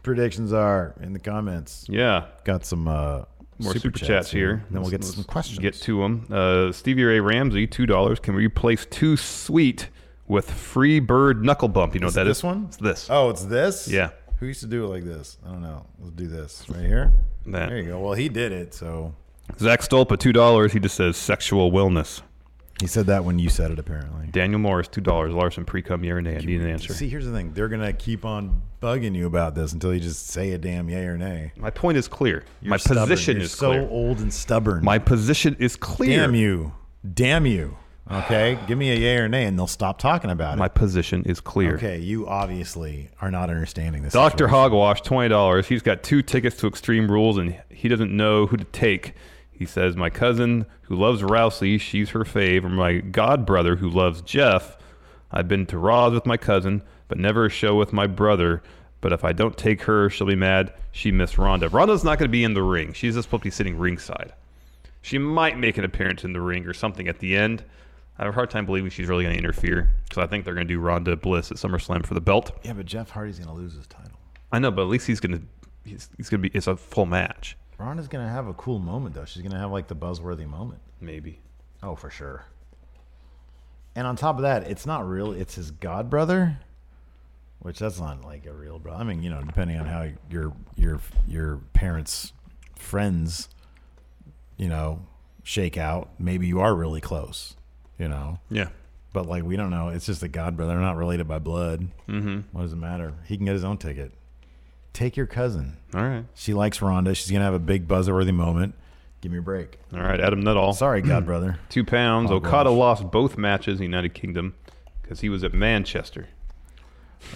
Speaker 6: predictions are in the comments.
Speaker 7: Yeah.
Speaker 6: Got some uh,
Speaker 7: More super, chats here.
Speaker 6: Then we'll get
Speaker 7: Let's-
Speaker 6: some
Speaker 7: let's
Speaker 6: questions.
Speaker 7: Get to them. Uh, Stevie Ray Ramsey, two dollars. Can we replace two sweet with free bird knuckle bump? You know
Speaker 6: Is
Speaker 7: what that
Speaker 6: it
Speaker 7: is?
Speaker 6: this one?
Speaker 7: It's this.
Speaker 6: Oh, it's this.
Speaker 7: Yeah.
Speaker 6: Who used to do it like this? I don't know. Let's do this right here.
Speaker 7: That.
Speaker 6: There you go. Well, he did it, so
Speaker 7: Zach Stolpa, two dollars. He just says sexual wellness.
Speaker 6: he said that when you said it. Apparently.
Speaker 7: Daniel Morris, two dollars. Larson pre-cum year and day. I need an answer.
Speaker 6: See, here's the thing. They're gonna keep on bugging you about this until you just say a damn yay or nay.
Speaker 7: My point is clear. My
Speaker 6: Stubborn.
Speaker 7: position
Speaker 6: You're
Speaker 7: is
Speaker 6: so
Speaker 7: clear.
Speaker 6: old and stubborn.
Speaker 7: My position is clear.
Speaker 6: damn you, damn you. Okay, give me a yay or nay, and they'll stop talking about it.
Speaker 7: My position is clear.
Speaker 6: okay, you obviously are not understanding this.
Speaker 7: Doctor
Speaker 6: situation.
Speaker 7: Hogwash, twenty dollars. He's got two tickets to Extreme Rules, and he doesn't know who to take. He says, "My cousin who loves Rousey, she's her fave, or my god brother who loves Jeff. I've been to Raws with my cousin, but never a show with my brother. But if I don't take her, she'll be mad. She missed Ronda. Ronda's not going to be in the ring. She's just supposed to be sitting ringside. She might make an appearance in the ring or something at the end." I have a hard time believing she's really going to interfere because I think they're going to do Ronda Bliss at SummerSlam for the belt.
Speaker 6: Yeah, but Jeff Hardy's gonna lose his title.
Speaker 7: I know, but at least he's gonna he's, he's gonna be it's a full match.
Speaker 6: Ronda's gonna have a cool moment though. She's gonna have like the buzzworthy moment.
Speaker 7: Maybe.
Speaker 6: Oh, for sure. And on top of that, it's not real. It's his god brother, which that's not like a real brother. I mean, you know, depending on how your your your parents' friends, you know, shake out. Maybe you are really close, you know.
Speaker 7: Yeah.
Speaker 6: But like we don't know. It's just a god brother. They're not related by blood. Mm-hmm. What does it matter? He can get his own ticket. Take your cousin.
Speaker 7: All right.
Speaker 6: She likes Rhonda. She's gonna have a big buzzworthy moment. Give me a break.
Speaker 7: All right. Adam Nuttall.
Speaker 6: Sorry, <clears throat> god brother.
Speaker 7: Two pounds.
Speaker 6: Oh,
Speaker 7: Okada
Speaker 6: gosh.
Speaker 7: lost both matches in the United Kingdom because he was at Manchester.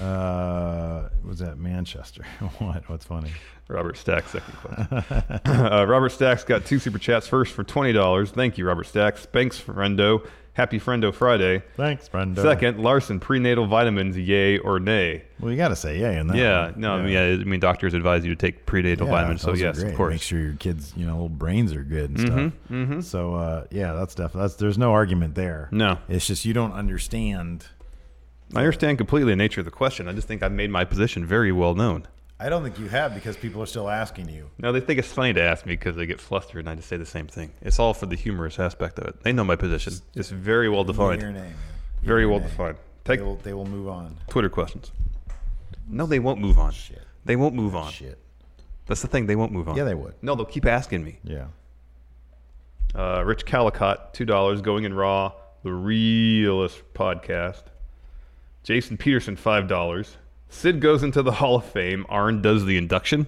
Speaker 6: Uh, was that Manchester? <laughs> what? What's funny?
Speaker 7: Robert Stack, second class. <laughs>
Speaker 6: <laughs>
Speaker 7: uh, Robert Stack's got two super chats. First for twenty dollars. Thank you, Robert Stack. Thanks, friendo. Happy friendo Friday.
Speaker 6: Thanks, Brenda.
Speaker 7: Second, Larson prenatal vitamins, yay or nay?
Speaker 6: Well, you got to say yay in that.
Speaker 7: yeah,
Speaker 6: one.
Speaker 7: no, I mean, yeah, I mean, doctors advise you to take prenatal
Speaker 6: Yeah,
Speaker 7: vitamins, so
Speaker 6: those are
Speaker 7: yes, of
Speaker 6: great.
Speaker 7: course. Mm-hmm,
Speaker 6: Make sure your kids, you know, little brains are good and stuff. So, uh, yeah, that's definitely that's. There's no argument there.
Speaker 7: No.
Speaker 6: it's just you don't understand.
Speaker 7: I understand completely the nature of the question. I just think I've made my position very well known.
Speaker 6: I don't think you have because people are still asking you.
Speaker 7: No, they think it's funny to ask me because they get flustered and I just say the same thing. It's all for the humorous aspect of it. They know my position. It's very well
Speaker 6: Your
Speaker 7: defined.
Speaker 6: name.
Speaker 7: Very well defined.
Speaker 6: They
Speaker 7: Take
Speaker 6: will. They will move on.
Speaker 7: Twitter questions. No, they won't move on. They won't move on.
Speaker 6: Shit.
Speaker 7: That's the thing. They won't move on.
Speaker 6: Yeah, they would.
Speaker 7: No, they'll keep asking me.
Speaker 6: Yeah.
Speaker 7: Uh, Rich Calicott, two dollars. Going in raw, the realest podcast. Jason Peterson, five dollars. Sid goes into the Hall of Fame. Arn does the induction.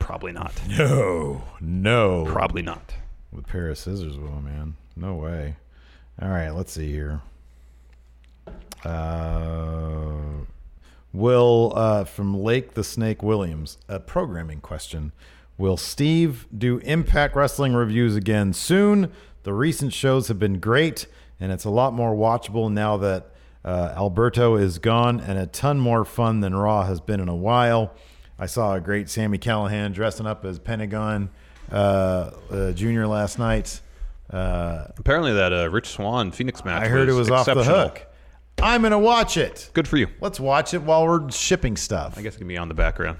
Speaker 7: Probably not.
Speaker 6: No. No.
Speaker 7: Probably not.
Speaker 6: With a pair of scissors, well, man. No way. All right, let's see here. Uh, will uh, from Lake the Snake Williams, a programming question. Will Steve do Impact Wrestling reviews again soon? The recent shows have been great, and it's a lot more watchable now that uh, Alberto is gone, and a ton more fun than Raw has been in a while. I saw a great Sammy Callahan dressing up as Pentagon uh, uh, Junior last night. Uh,
Speaker 7: Apparently, that uh, Rich Swan Phoenix match.
Speaker 6: I heard it was off the
Speaker 7: exceptional.
Speaker 6: hook. I'm gonna watch it.
Speaker 7: Good for you.
Speaker 6: Let's watch it while we're shipping stuff.
Speaker 7: I guess it can be on the background.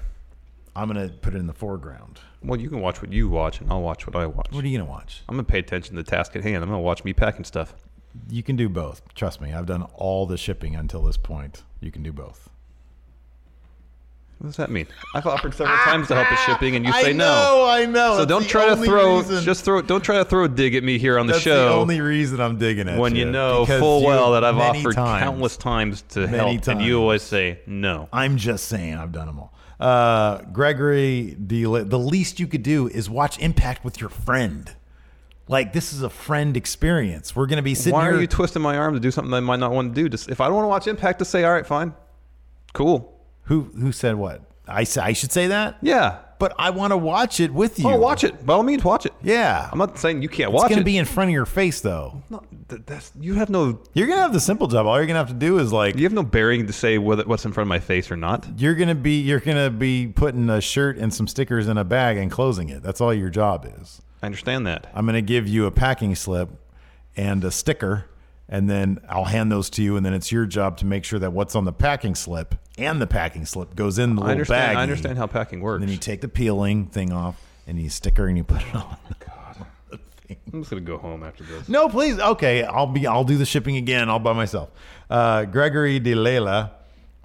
Speaker 6: I'm gonna put it in the foreground.
Speaker 7: Well, you can watch what you watch, and I'll watch what I watch.
Speaker 6: What are you gonna watch?
Speaker 7: I'm gonna pay attention to the task at hand. I'm gonna watch me packing stuff.
Speaker 6: You can do both. Trust me, I've done all the shipping until this point. You can do both.
Speaker 7: What does that mean? I've offered several times to help with shipping, and you say
Speaker 6: Ah, I
Speaker 7: no.
Speaker 6: know, I know.
Speaker 7: So
Speaker 6: That's
Speaker 7: don't
Speaker 6: the
Speaker 7: try to
Speaker 6: only
Speaker 7: throw.
Speaker 6: reason-
Speaker 7: Just throw. Don't try to throw a dig at me here on the
Speaker 6: That's
Speaker 7: show.
Speaker 6: the only reason I'm digging at
Speaker 7: when you know
Speaker 6: because
Speaker 7: full
Speaker 6: you-
Speaker 7: well that I've
Speaker 6: many
Speaker 7: offered
Speaker 6: times-
Speaker 7: countless times to
Speaker 6: Many
Speaker 7: help, and you
Speaker 6: times.
Speaker 7: always say no.
Speaker 6: I'm just saying, I've done them all. Uh, Gregory, the the least you could do is watch Impact with your friend. Like this is a friend experience. We're gonna be sitting
Speaker 7: Why
Speaker 6: here.
Speaker 7: are you twisting my arm to do something that I might not want to do? Just if I don't want to watch Impact, just say all right, fine, cool,
Speaker 6: Who who said what? I sa- I should say that.
Speaker 7: yeah.
Speaker 6: But I want to watch it with you.
Speaker 7: Oh, watch it. By all means, watch it.
Speaker 6: Yeah.
Speaker 7: I'm not saying you can't
Speaker 6: it's
Speaker 7: watch
Speaker 6: gonna
Speaker 7: it.
Speaker 6: be in front of your face though.
Speaker 7: No, th- that's, you have no
Speaker 6: You're gonna have the simple job. All you're gonna have to do is like
Speaker 7: you have no bearing to say whether what's in front of my face or not.
Speaker 6: you're gonna be you're gonna be putting a shirt and some stickers in a bag and closing it. That's all your job is.
Speaker 7: I understand that.
Speaker 6: I'm gonna give you a packing slip and a sticker, and then I'll hand those to you, and then it's your job to make sure that what's on the packing slip and the packing slip goes in the
Speaker 7: I
Speaker 6: little
Speaker 7: understand.
Speaker 6: bag.
Speaker 7: I understand how packing works.
Speaker 6: And then you take the peeling thing off and you sticker and you put it <laughs> on.
Speaker 7: I'm just gonna go home after this.
Speaker 6: No, please. Okay, I'll be. I'll do the shipping again all by myself. Uh, Gregory De Lela,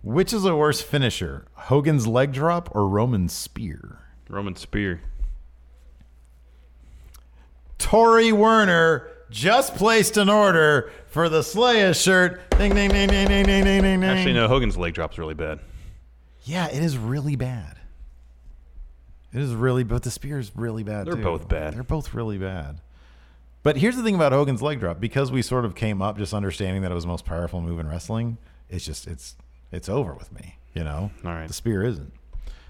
Speaker 6: which is a worse finisher, Hogan's leg drop or Roman spear?
Speaker 7: Roman Spear.
Speaker 6: Tori Werner just placed an order for the Slaya shirt. Ding ding ding ding ding ding ding ding. ding.
Speaker 7: Actually, no. Hogan's leg drop's really bad.
Speaker 6: Yeah, it is really bad. It is really, but the spear is really bad.
Speaker 7: They're
Speaker 6: too.
Speaker 7: both bad.
Speaker 6: They're both really bad. But here's the thing about Hogan's leg drop: because we sort of came up just understanding that it was the most powerful move in wrestling, it's just it's it's over with me. You know,
Speaker 7: All right.
Speaker 6: The spear isn't.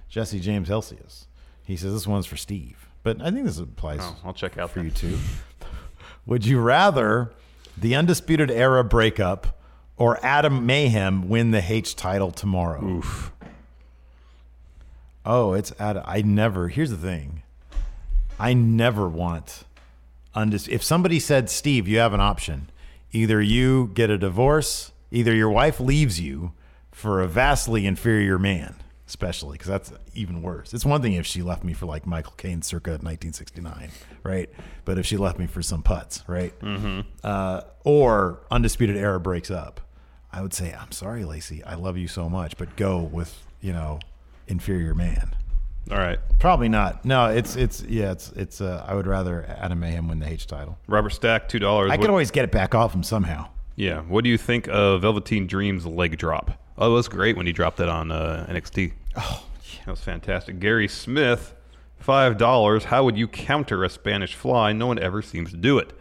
Speaker 6: Jesse James Halsey is. He says this one's for Steve, but I think this applies
Speaker 7: Oh, I'll check out
Speaker 6: for
Speaker 7: then.
Speaker 6: you too. Would you rather the undisputed era breakup or Adam Mayhem win the H title tomorrow? Oof. Oh, it's Adam. I never. Here's the thing. I never want undis. If somebody said, "Steve, you have an option. Either you get a divorce, either your wife leaves you for a vastly inferior man." Especially because that's even worse. It's one thing if she left me for like Michael Caine circa 1969, right? But if she left me for some putts, right? Uh, or Undisputed Era breaks up, I would say, I'm sorry, Lacey. I love you so much, but go with, you know, inferior man.
Speaker 7: All right.
Speaker 6: Probably not. No, it's it's yeah, it's it's. Uh, I would rather Adam Mayhem win the H title.
Speaker 7: Robert Stack, two dollars.
Speaker 6: I could always get it back off him somehow.
Speaker 7: Yeah. What do you think of Velveteen Dream's leg drop? Oh, it was great when he dropped that on uh, NXT. Oh, that was fantastic. Gary Smith, five dollars. How would you counter a Spanish fly? No one ever seems to do it.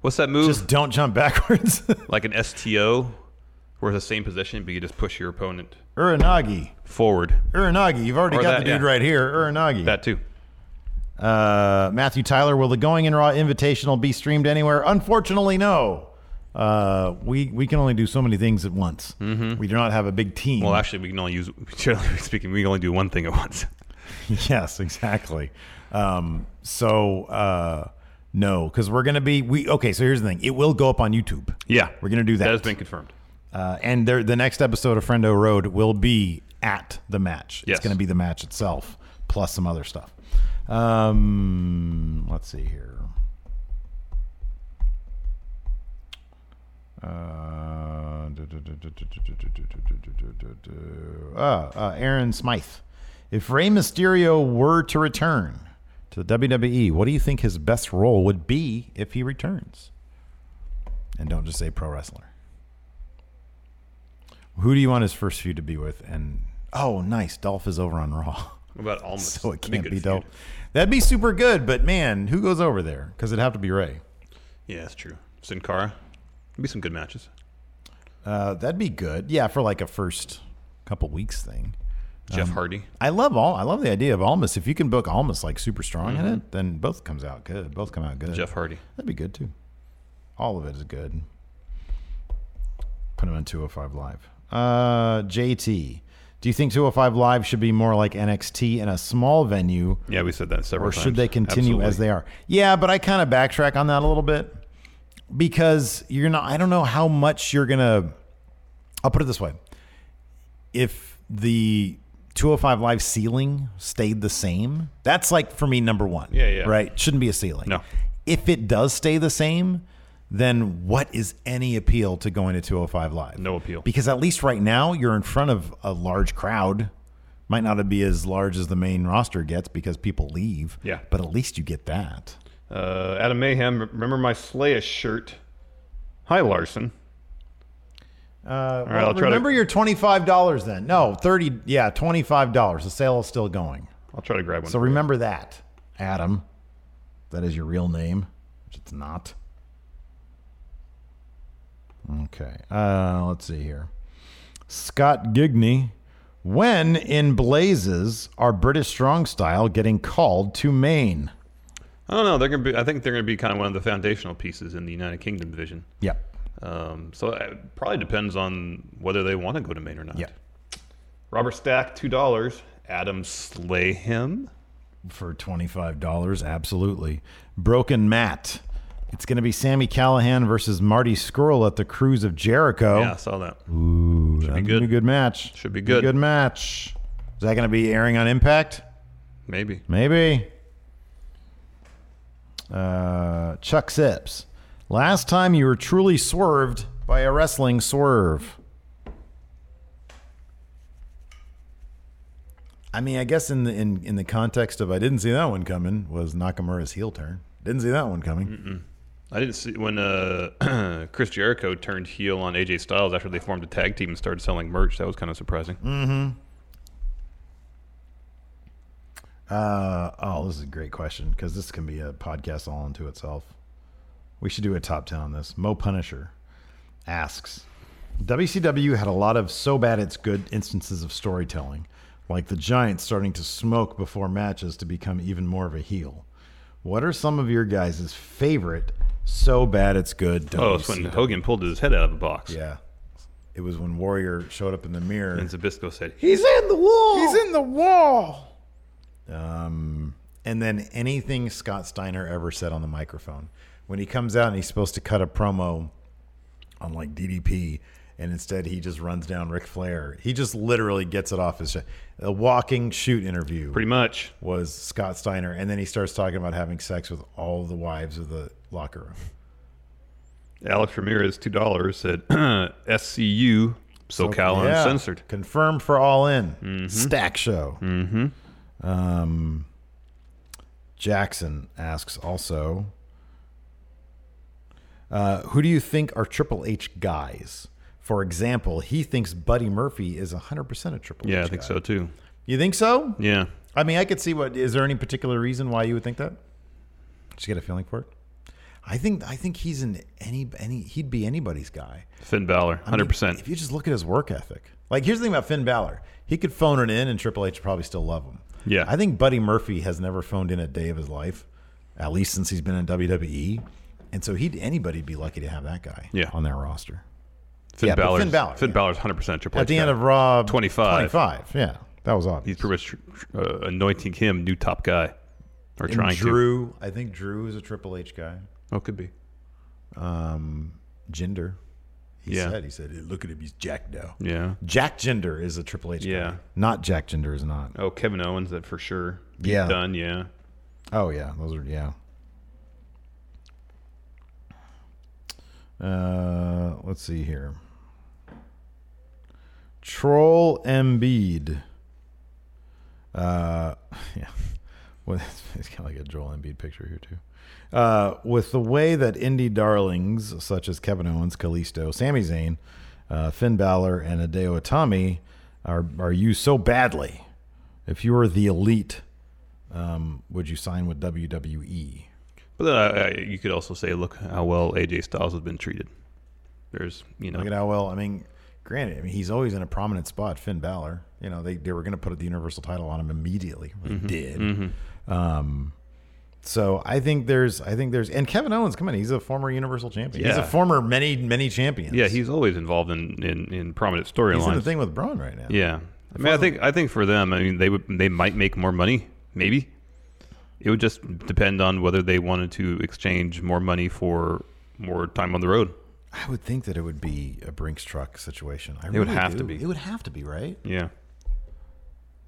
Speaker 7: What's that move?
Speaker 6: Just don't jump backwards. <laughs>
Speaker 7: like an STO, where it's the same position, but you just push your opponent
Speaker 6: Uranagi,
Speaker 7: forward.
Speaker 6: Uranagi. You've already
Speaker 7: Or
Speaker 6: got
Speaker 7: that,
Speaker 6: the dude
Speaker 7: yeah.
Speaker 6: right here. Uranagi.
Speaker 7: That too.
Speaker 6: Uh, Matthew Tyler, will the Going in Raw Invitational be streamed anywhere? Unfortunately, no. Uh, we we can only do so many things at once. We do not have a big team.
Speaker 7: Mm-hmm. Well, actually, we can only use. <laughs> Generally speaking, we can only do one thing at once.
Speaker 6: <laughs> yes, exactly. Um, so uh, no, because we're gonna be we okay. So here's the thing: it will go up on YouTube.
Speaker 7: Yeah,
Speaker 6: we're gonna do that.
Speaker 7: That has been confirmed.
Speaker 6: Uh, and there, the next episode of Friendo Road will be at the match.
Speaker 7: Yes.
Speaker 6: It's going to be the match itself, plus some other stuff. Um, let's see here. Uh, du- du- du- du- du- du- du- du- du- du- du- du- du- du- Ah, uh, Aaron Smythe. If Rey Mysterio were to return to the WWE, what do you think his best role would be if he returns? And don't just say pro wrestler. Who do you want his first feud to be with? And oh, nice, Dolph is over on Raw, <laughs>
Speaker 7: What about almost?
Speaker 6: so it
Speaker 7: That'd a
Speaker 6: can't
Speaker 7: good
Speaker 6: be
Speaker 7: feud.
Speaker 6: Dolph. That'd be super good, but man, who goes over there? Because it'd have to be Ray.
Speaker 7: Yeah, that's true. Sin Cara. It'd be some good matches.
Speaker 6: Uh, that'd be good. Yeah, for like a first couple weeks thing. Um,
Speaker 7: Jeff Hardy.
Speaker 6: I love all. I love the idea of Almas. If you can book Almas like super strong in it, then both comes out good. Both come out good.
Speaker 7: Mm-hmm. Jeff Hardy.
Speaker 6: That'd be good too. All of it is good. Put him on 205 Live. Uh, JT, do you think 205 Live should be more like NXT in a small venue,
Speaker 7: Yeah, we said that several
Speaker 6: or
Speaker 7: times.
Speaker 6: should they continue as they are? Yeah, but I kind of backtrack on that a little bit because you're not. I don't know how much you're gonna. I'll put it this way: if the 205 Live ceiling stayed the same, that's like for me number one.
Speaker 7: Yeah, yeah.
Speaker 6: Right? Shouldn't be a ceiling.
Speaker 7: No.
Speaker 6: If it does stay the same, then what is any appeal to going to 205 Live?
Speaker 7: No appeal.
Speaker 6: Because at least right now, you're in front of a large crowd. Might not be as large as the main roster gets because people leave.
Speaker 7: Yeah.
Speaker 6: But at least you get that.
Speaker 7: Uh, Adam Mayhem, remember my Slaya shirt? Hi, Larson.
Speaker 6: Uh,
Speaker 7: right, I'll
Speaker 6: well,
Speaker 7: try to-
Speaker 6: remember your $25 then. No, 30 Yeah, $25. The sale is still going.
Speaker 7: I'll try to grab one.
Speaker 6: So remember that, Adam. That is your real name, which it's not. Okay. Uh, let's see here. Scott Gigney. When in blazes are British strong style getting called to Maine?
Speaker 7: I don't know. They're gonna be. I think they're gonna be kind of one of the foundational pieces in the United Kingdom division.
Speaker 6: Yep.
Speaker 7: Um, so it probably depends on whether they want to go to Maine or not.
Speaker 6: Yeah.
Speaker 7: Robert Stack, two dollars. Adam Slayham.
Speaker 6: for $25. Absolutely. Broken Matt. It's going to be Sammy Callahan versus Marty Skrull at the Cruise of Jericho.
Speaker 7: Yeah, I saw that.
Speaker 6: Oh. Ooh, should be
Speaker 7: good.
Speaker 6: a good match.
Speaker 7: Should be
Speaker 6: Good
Speaker 7: good.
Speaker 6: match. Is that going to be airing on Impact?
Speaker 7: Maybe.
Speaker 6: Maybe. Uh, Chuck Sips. Last time you were truly swerved by a wrestling swerve. I mean, I guess in the in, in the context of I didn't see that one coming was Nakamura's heel turn. Didn't see that one coming.
Speaker 7: I didn't see when uh, <clears throat> Chris Jericho turned heel on AJ Styles after they formed a tag team and started selling merch. That was kind of surprising.
Speaker 6: Mm, Uh, oh, this is a great question because this can be a podcast all unto itself. We should do a top 10 on this. Mo Punisher asks WCW had a lot of so bad it's good instances of storytelling, like the Giants starting to smoke before matches to become even more of a heel. What are some of your guys' favorite so bad it's good
Speaker 7: Oh, it's when
Speaker 6: WCW?
Speaker 7: Hogan pulled his head out of a box.
Speaker 6: Yeah. It was when Warrior showed up in the mirror.
Speaker 7: And Zabisco
Speaker 6: <laughs>
Speaker 7: said,
Speaker 4: He's in the wall. He's in the wall.
Speaker 6: Um, and then anything Scott Steiner ever said on the microphone. When he comes out and he's supposed to cut a promo on like DDP, and instead he just runs down Ric Flair. He just literally gets it off his chest. A walking shoot interview
Speaker 7: pretty much.
Speaker 6: was Scott Steiner, and then he starts talking about having sex with all the wives of the locker room.
Speaker 7: Alex Ramirez, two dollars, said <clears throat> SCU SoCal
Speaker 6: Yeah.
Speaker 7: uncensored.
Speaker 6: Confirmed for All In. Stack Show. Mm-hmm. Um, Jackson asks also, uh, who do you think are Triple H guys? For example, he thinks Buddy Murphy is 100% a Triple H
Speaker 7: Yeah, I think
Speaker 6: guy.
Speaker 7: so too.
Speaker 6: You think so?
Speaker 7: Yeah,
Speaker 6: I mean, I could see what. Is there any particular reason why you would think that? Just get a feeling for it. I think I think he's in any any he'd be anybody's guy.
Speaker 7: Finn Balor,
Speaker 6: I mean,
Speaker 7: hundred percent.
Speaker 6: If you just look at his work ethic, like here's the thing about Finn Balor, he could phone it in, and Triple H would probably still love him.
Speaker 7: Yeah.
Speaker 6: I think Buddy Murphy has never phoned in a day of his life, at least since he's been in WWE, and so he'd anybody'd be lucky to have that guy
Speaker 7: Yeah.
Speaker 6: on their roster.
Speaker 7: Finn
Speaker 6: yeah, but
Speaker 7: Balor's
Speaker 6: Finn Balor, yeah.
Speaker 7: hundred percent Triple
Speaker 6: At
Speaker 7: H
Speaker 6: the end
Speaker 7: guy.
Speaker 6: of Raw
Speaker 7: 25.
Speaker 6: 25, yeah, that was obvious.
Speaker 7: he's pretty much uh, anointing him new top guy, or
Speaker 6: And
Speaker 7: trying
Speaker 6: Drew, I think Drew is a Triple H guy.
Speaker 7: to. Oh, could be.
Speaker 6: Gender, he
Speaker 7: Yeah.
Speaker 6: said. He said, "Hey, "Look at him, he's Jack now."
Speaker 7: Yeah.
Speaker 6: Jack Gender is a Triple H guy.
Speaker 7: Yeah.
Speaker 6: Not Jack Gender is not.
Speaker 7: Oh, Kevin Owens, that for sure. Pete
Speaker 6: Yeah.
Speaker 7: Dunne, yeah.
Speaker 6: Oh yeah, those are yeah. Uh, let's see here. Troll Embiid. Uh, <laughs> yeah. Well, <laughs> it's, it's kind of like a Joel Embiid picture here too. Uh, with the way that indie darlings such as Kevin Owens, Kalisto, Sami Zayn, uh, Finn Balor, and Hideo Itami are are used so badly, if you were the elite, um, would you sign with WWE?
Speaker 7: But then I, I, you could also say, look how well AJ Styles has been treated. There's, you know,
Speaker 6: Look at how well. I mean, granted, I mean he's always in a prominent spot. Finn Balor, you know, they, they were going to put the Universal title on him immediately. They
Speaker 7: Mm-hmm.
Speaker 6: did. Um, so I think there's, I think there's, and Kevin Owens, come on, he's a former Universal champion. He's
Speaker 7: Yeah.
Speaker 6: a former many many champions.
Speaker 7: yeah, he's always involved in in, in prominent storylines.
Speaker 6: he's in the thing with Braun right now.
Speaker 7: Yeah, I mean, I think I think for them, I mean, they would they might make more money, maybe. It would just depend on whether they wanted to exchange more money for more time on the road.
Speaker 6: I would think that it would be a Brinks truck situation. I
Speaker 7: It would
Speaker 6: really
Speaker 7: have to
Speaker 6: do.
Speaker 7: be.
Speaker 6: It would have to be right,
Speaker 7: Yeah,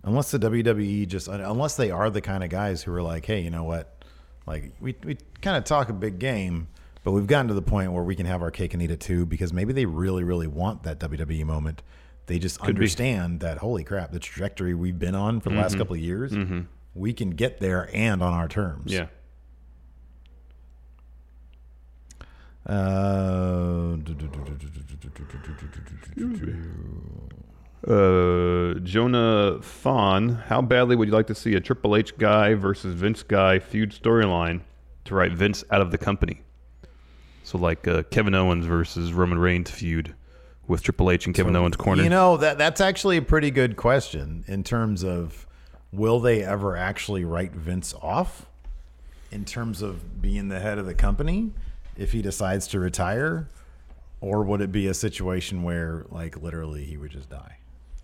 Speaker 6: unless the WWE just unless they are the kind of guys who are like, hey, you know what, like we we kind of talk a big game, but we've gotten to the point where we can have our cake and eat it too because maybe they really really want that WWE moment. They just
Speaker 7: be. Mm-hmm.
Speaker 6: understand that holy crap, the trajectory we've been on for the last couple of years, we can get there and on our terms.
Speaker 7: yeah.
Speaker 6: Uh,
Speaker 7: Uh, Jonah Thon, how badly would you like to see a Triple H guy versus Vince guy feud storyline to write Vince out of the company? So like uh, Kevin Owens versus Roman Reigns feud with Triple H and Kevin Owens corner.
Speaker 6: You know that that's actually a pretty good question in terms of will they ever actually write Vince off in terms of being the head of the company if he decides to retire, or would it be a situation where like literally he would just die?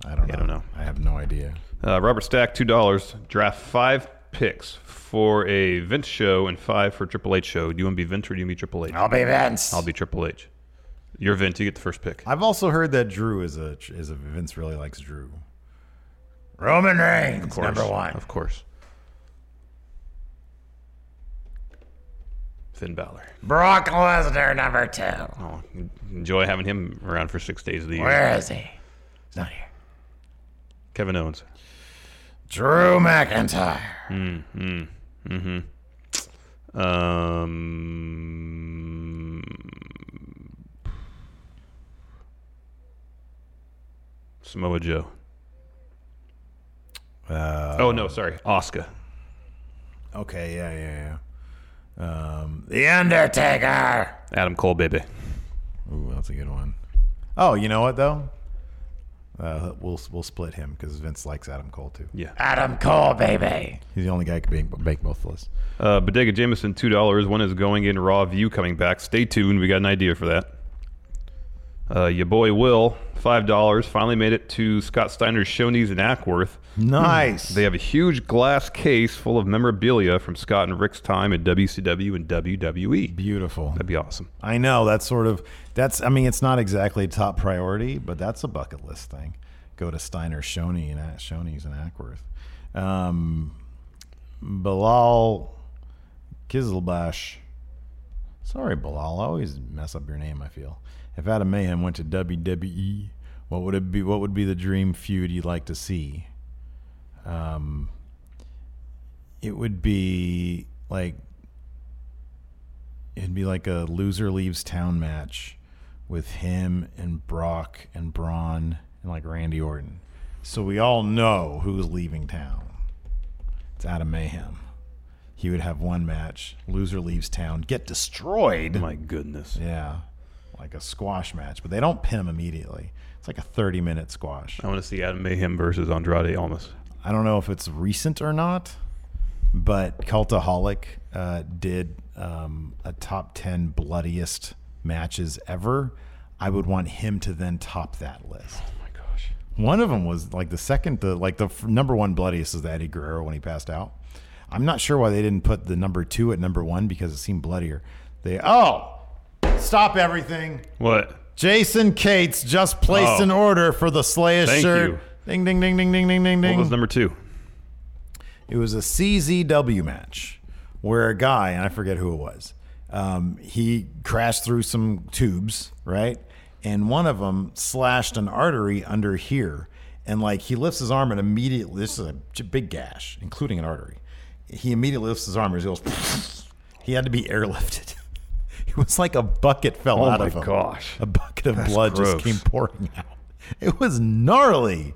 Speaker 6: I don't know.
Speaker 7: I don't know.
Speaker 6: I have no idea.
Speaker 7: Uh, Robert Stack, two dollars. Draft five picks for a Vince show and five for Triple H show. Do you want to be Vince or do you want to be Triple H?
Speaker 6: I'll be Vince.
Speaker 7: I'll be Triple H. You're Vince. You get the first pick.
Speaker 6: I've also heard that Drew is a is a Vince really likes Drew. Roman Reigns,
Speaker 7: Of course.
Speaker 6: number one.
Speaker 7: Of course. Finn Balor.
Speaker 6: Brock Lesnar, number two.
Speaker 7: Oh, enjoy having him around for six days of the year.
Speaker 6: Where is he? He's not here.
Speaker 7: Kevin Owens.
Speaker 6: Drew McIntyre.
Speaker 7: Um, Samoa Joe.
Speaker 6: Uh,
Speaker 7: Oh no, sorry, Oscar.
Speaker 6: okay, yeah, yeah, yeah. Um, the Undertaker.
Speaker 7: Adam Cole, baby.
Speaker 6: Ooh, that's a good one. Oh, you know what though? Uh, we'll we'll split him because Vince likes Adam Cole too.
Speaker 7: Yeah.
Speaker 6: Adam Cole, baby. He's the only guy who can make, make both lists.
Speaker 7: Uh, Bodega Jameson, two dollars. One is going in raw view coming back. Stay tuned. We got an idea for that. Uh, your boy Will, five dollars. Finally made it to Scott Steiner's Shoney's in Ackworth.
Speaker 6: Nice.
Speaker 7: They have a huge glass case full of memorabilia from Scott and Rick's time at WCW and WWE.
Speaker 6: Beautiful.
Speaker 7: That'd be awesome.
Speaker 6: I know that's sort of that's. I mean, it's not exactly top priority, but that's a bucket list thing. Go to Steiner Shoney and A- Shoney's in Ackworth. Um, Bilal Kizilbash. Sorry, Bilal. I always mess up your name. I feel. If Adam Mayhem went to WWE, what would it be? What would be the dream feud you'd like to see? Um, it would be like it'd be like a loser leaves town match with him and Brock and Braun and like Randy Orton. So we all know who's leaving town. It's Adam Mayhem. He would have one match, loser leaves town, get destroyed.
Speaker 7: My goodness.
Speaker 6: Yeah. Like a squash match, but they don't pin him immediately. It's like a 30 minute squash.
Speaker 7: I want to see Adam Mayhem versus Andrade Almas.
Speaker 6: I don't know if it's recent or not, but Cultaholic uh, did um, a top 10 bloodiest matches ever. I would want him to then top that list.
Speaker 7: Oh my gosh.
Speaker 6: One of them was like the second, the like the f- number one bloodiest is the Eddie Guerrero when he passed out. I'm not sure why they didn't put the number two at number one because it seemed bloodier. They oh, stop everything.
Speaker 7: What?
Speaker 6: Jason Cates just placed
Speaker 7: Oh.
Speaker 6: an order for the Slayer
Speaker 7: Thank
Speaker 6: shirt.
Speaker 7: you.
Speaker 6: Ding ding ding ding ding ding ding
Speaker 7: What
Speaker 6: ding.
Speaker 7: was number two?
Speaker 6: It was a CZW match where a guy, and I forget who it was, um, he crashed through some tubes, right? And one of them slashed an artery under here. And like he lifts his arm and immediately, this is a j- big gash, including an artery. He immediately lifts his arm and he goes, <laughs> he had to be airlifted. <laughs> It was like a bucket fell
Speaker 7: Oh
Speaker 6: out
Speaker 7: my
Speaker 6: of him.
Speaker 7: gosh.
Speaker 6: A bucket of blood
Speaker 7: gross.
Speaker 6: just came pouring out. It was gnarly.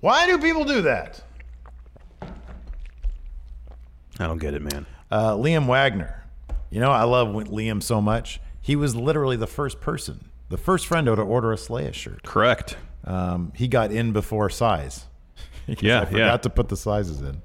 Speaker 6: Why do people do that?
Speaker 7: I don't get it, man.
Speaker 6: Uh, Liam Wagner. You know, I love Win- Liam so much. He was literally the first person, the first friendo to order a Slayer shirt.
Speaker 7: Correct.
Speaker 6: Um, he got in before size. <laughs> 'Cause
Speaker 7: Yeah,
Speaker 6: I forgot
Speaker 7: yeah.
Speaker 6: to put the sizes in.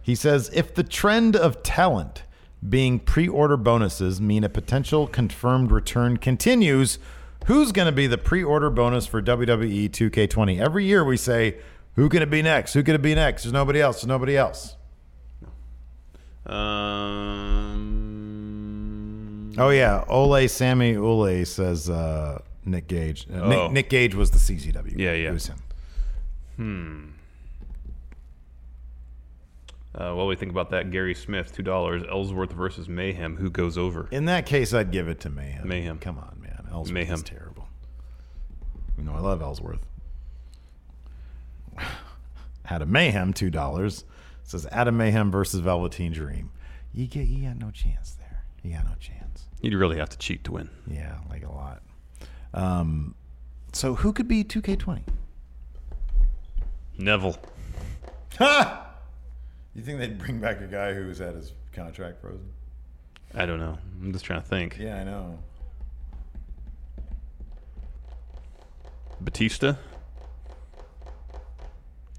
Speaker 6: He says if the trend of talent being pre-order bonuses mean a potential confirmed return continues, who's going to be the pre-order bonus for E WWE 2K20? Every year we say, who can it be next? Who can it be next? There's nobody else. There's nobody else.
Speaker 7: Um,
Speaker 6: Oh yeah, Ole Sammy Ole says uh, Nick Gage. Uh,
Speaker 7: Oh.
Speaker 6: Nick, Nick Gage was the CZW.
Speaker 7: Yeah, yeah.
Speaker 6: It was him.
Speaker 7: uh, while we think about that, Gary Smith, two dollars. Ellsworth versus Mayhem. Who goes over?
Speaker 6: In that case, I'd give it to Mayhem.
Speaker 7: Mayhem.
Speaker 6: Come on, man. Ellsworth is
Speaker 7: Mayhem.
Speaker 6: terrible. You know, I love Ellsworth. <sighs> Had a Mayhem, two dollars. Says Adam Mayhem versus Velveteen Dream. You get, you got no chance there. You got no chance.
Speaker 7: You'd really have to cheat to win.
Speaker 6: Yeah, like a lot. Um, so who could be 2K20?
Speaker 7: Neville.
Speaker 6: Ha! <laughs> You think they'd bring back a guy who's had his contract frozen?
Speaker 7: I don't know. I'm just trying to think.
Speaker 6: Yeah, I know.
Speaker 7: Batista.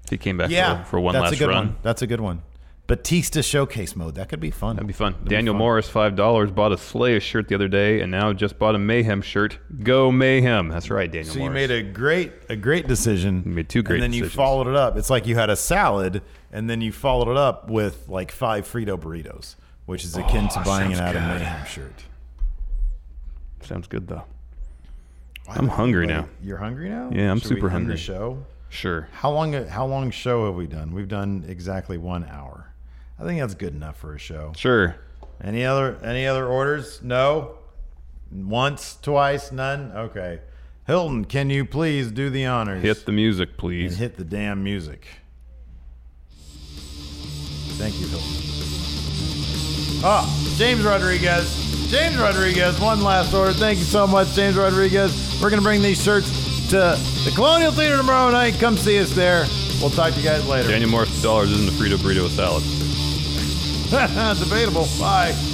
Speaker 7: He came back
Speaker 6: Yeah,
Speaker 7: for, for one
Speaker 6: that's
Speaker 7: last
Speaker 6: a good
Speaker 7: run.
Speaker 6: One. That's a good one. Batista showcase mode. That could be fun.
Speaker 7: That'd be fun.
Speaker 6: That'd be
Speaker 7: Daniel
Speaker 6: fun.
Speaker 7: Morris, five dollars, bought a Slayer shirt the other day, and now just bought a Mayhem shirt. Go Mayhem! That's right, Daniel.
Speaker 6: So you
Speaker 7: Morris.
Speaker 6: made a great a great decision.
Speaker 7: You made two great
Speaker 6: And then
Speaker 7: decisions.
Speaker 6: you followed it up. It's like you had a salad and then you followed it up with like five Frito burritos, which is akin
Speaker 7: Oh,
Speaker 6: to buying an Adam Mayhem shirt.
Speaker 7: Sounds good though. I'm hungry now.
Speaker 6: You're hungry now?
Speaker 7: Yeah, I'm
Speaker 6: Should we
Speaker 7: super
Speaker 6: end
Speaker 7: hungry.
Speaker 6: The show.
Speaker 7: Sure.
Speaker 6: How long how long show have we done? We've done exactly 1 hour. I think that's good enough for a show.
Speaker 7: Sure.
Speaker 6: Any other any other orders? No. Once, twice, none. Okay. Hilton, can you please do the honors?
Speaker 7: Hit the music,
Speaker 6: and
Speaker 7: please.
Speaker 6: hit the damn music. Thank you, Hilton. Ah, James Rodriguez. James Rodriguez, one last order. Thank you so much, James Rodriguez. We're gonna bring these shirts to the Colonial Theater tomorrow night. Come see us there. We'll talk to you <laughs> guys later.
Speaker 7: Daniel Morris, two dollars isn't a Frito burrito salad.
Speaker 6: Debatable. Bye.